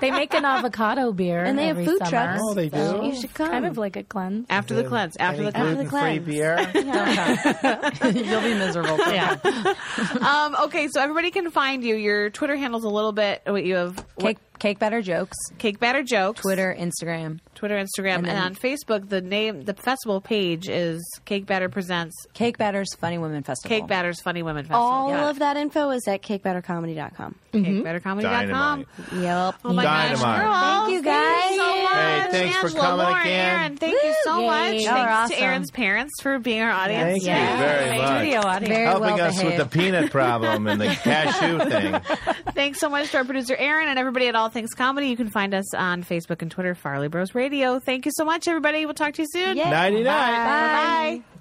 They make an avocado beer,
And they have
every
food
summer.
trucks.
Oh, they do?
You should come.
Kind of like a cleanse.
After the cleanse. After the
Any
cleanse.
the
gluten-free
cleanse.
beer.
You'll be miserable. yeah.
Um, okay, so everybody can find you. Your Twitter handle's a little bit. What you have?
Cake, cake batter jokes.
Cake batter jokes.
Twitter, Instagram,
Twitter, Instagram, and,
then-
on Facebook. The name, the festival page is Cake Batter Presents
Cake Batters Funny Women Festival.
Cake Batters Funny Women Festival.
All
Got
of that info is at cakebettercomedy.com.
it. CakeBatterComedy.com.
Dynamite.
Yep.
Oh my
Dynamite.
gosh, girls!
Thank you
Thank
guys.
you so
Hey,
much.
thanks for
Angela,
coming
Lauren,
again.
Aaron, thank you so
Woo!
much.
Yay.
Thanks
Y'all
are
to
awesome.
Aaron's parents for being our
Thank
audience.
you very much.
Studio audience.
Very
Helping
well
us with the
behaved.
peanut problem and the cashew thing.
Thanks so much to our producer Aaron and everybody at All Things Comedy. You can find us on Facebook and Twitter, Farley Bros Radio. Thank you so much, everybody. We'll talk to you soon.
Ninety nine.
Bye.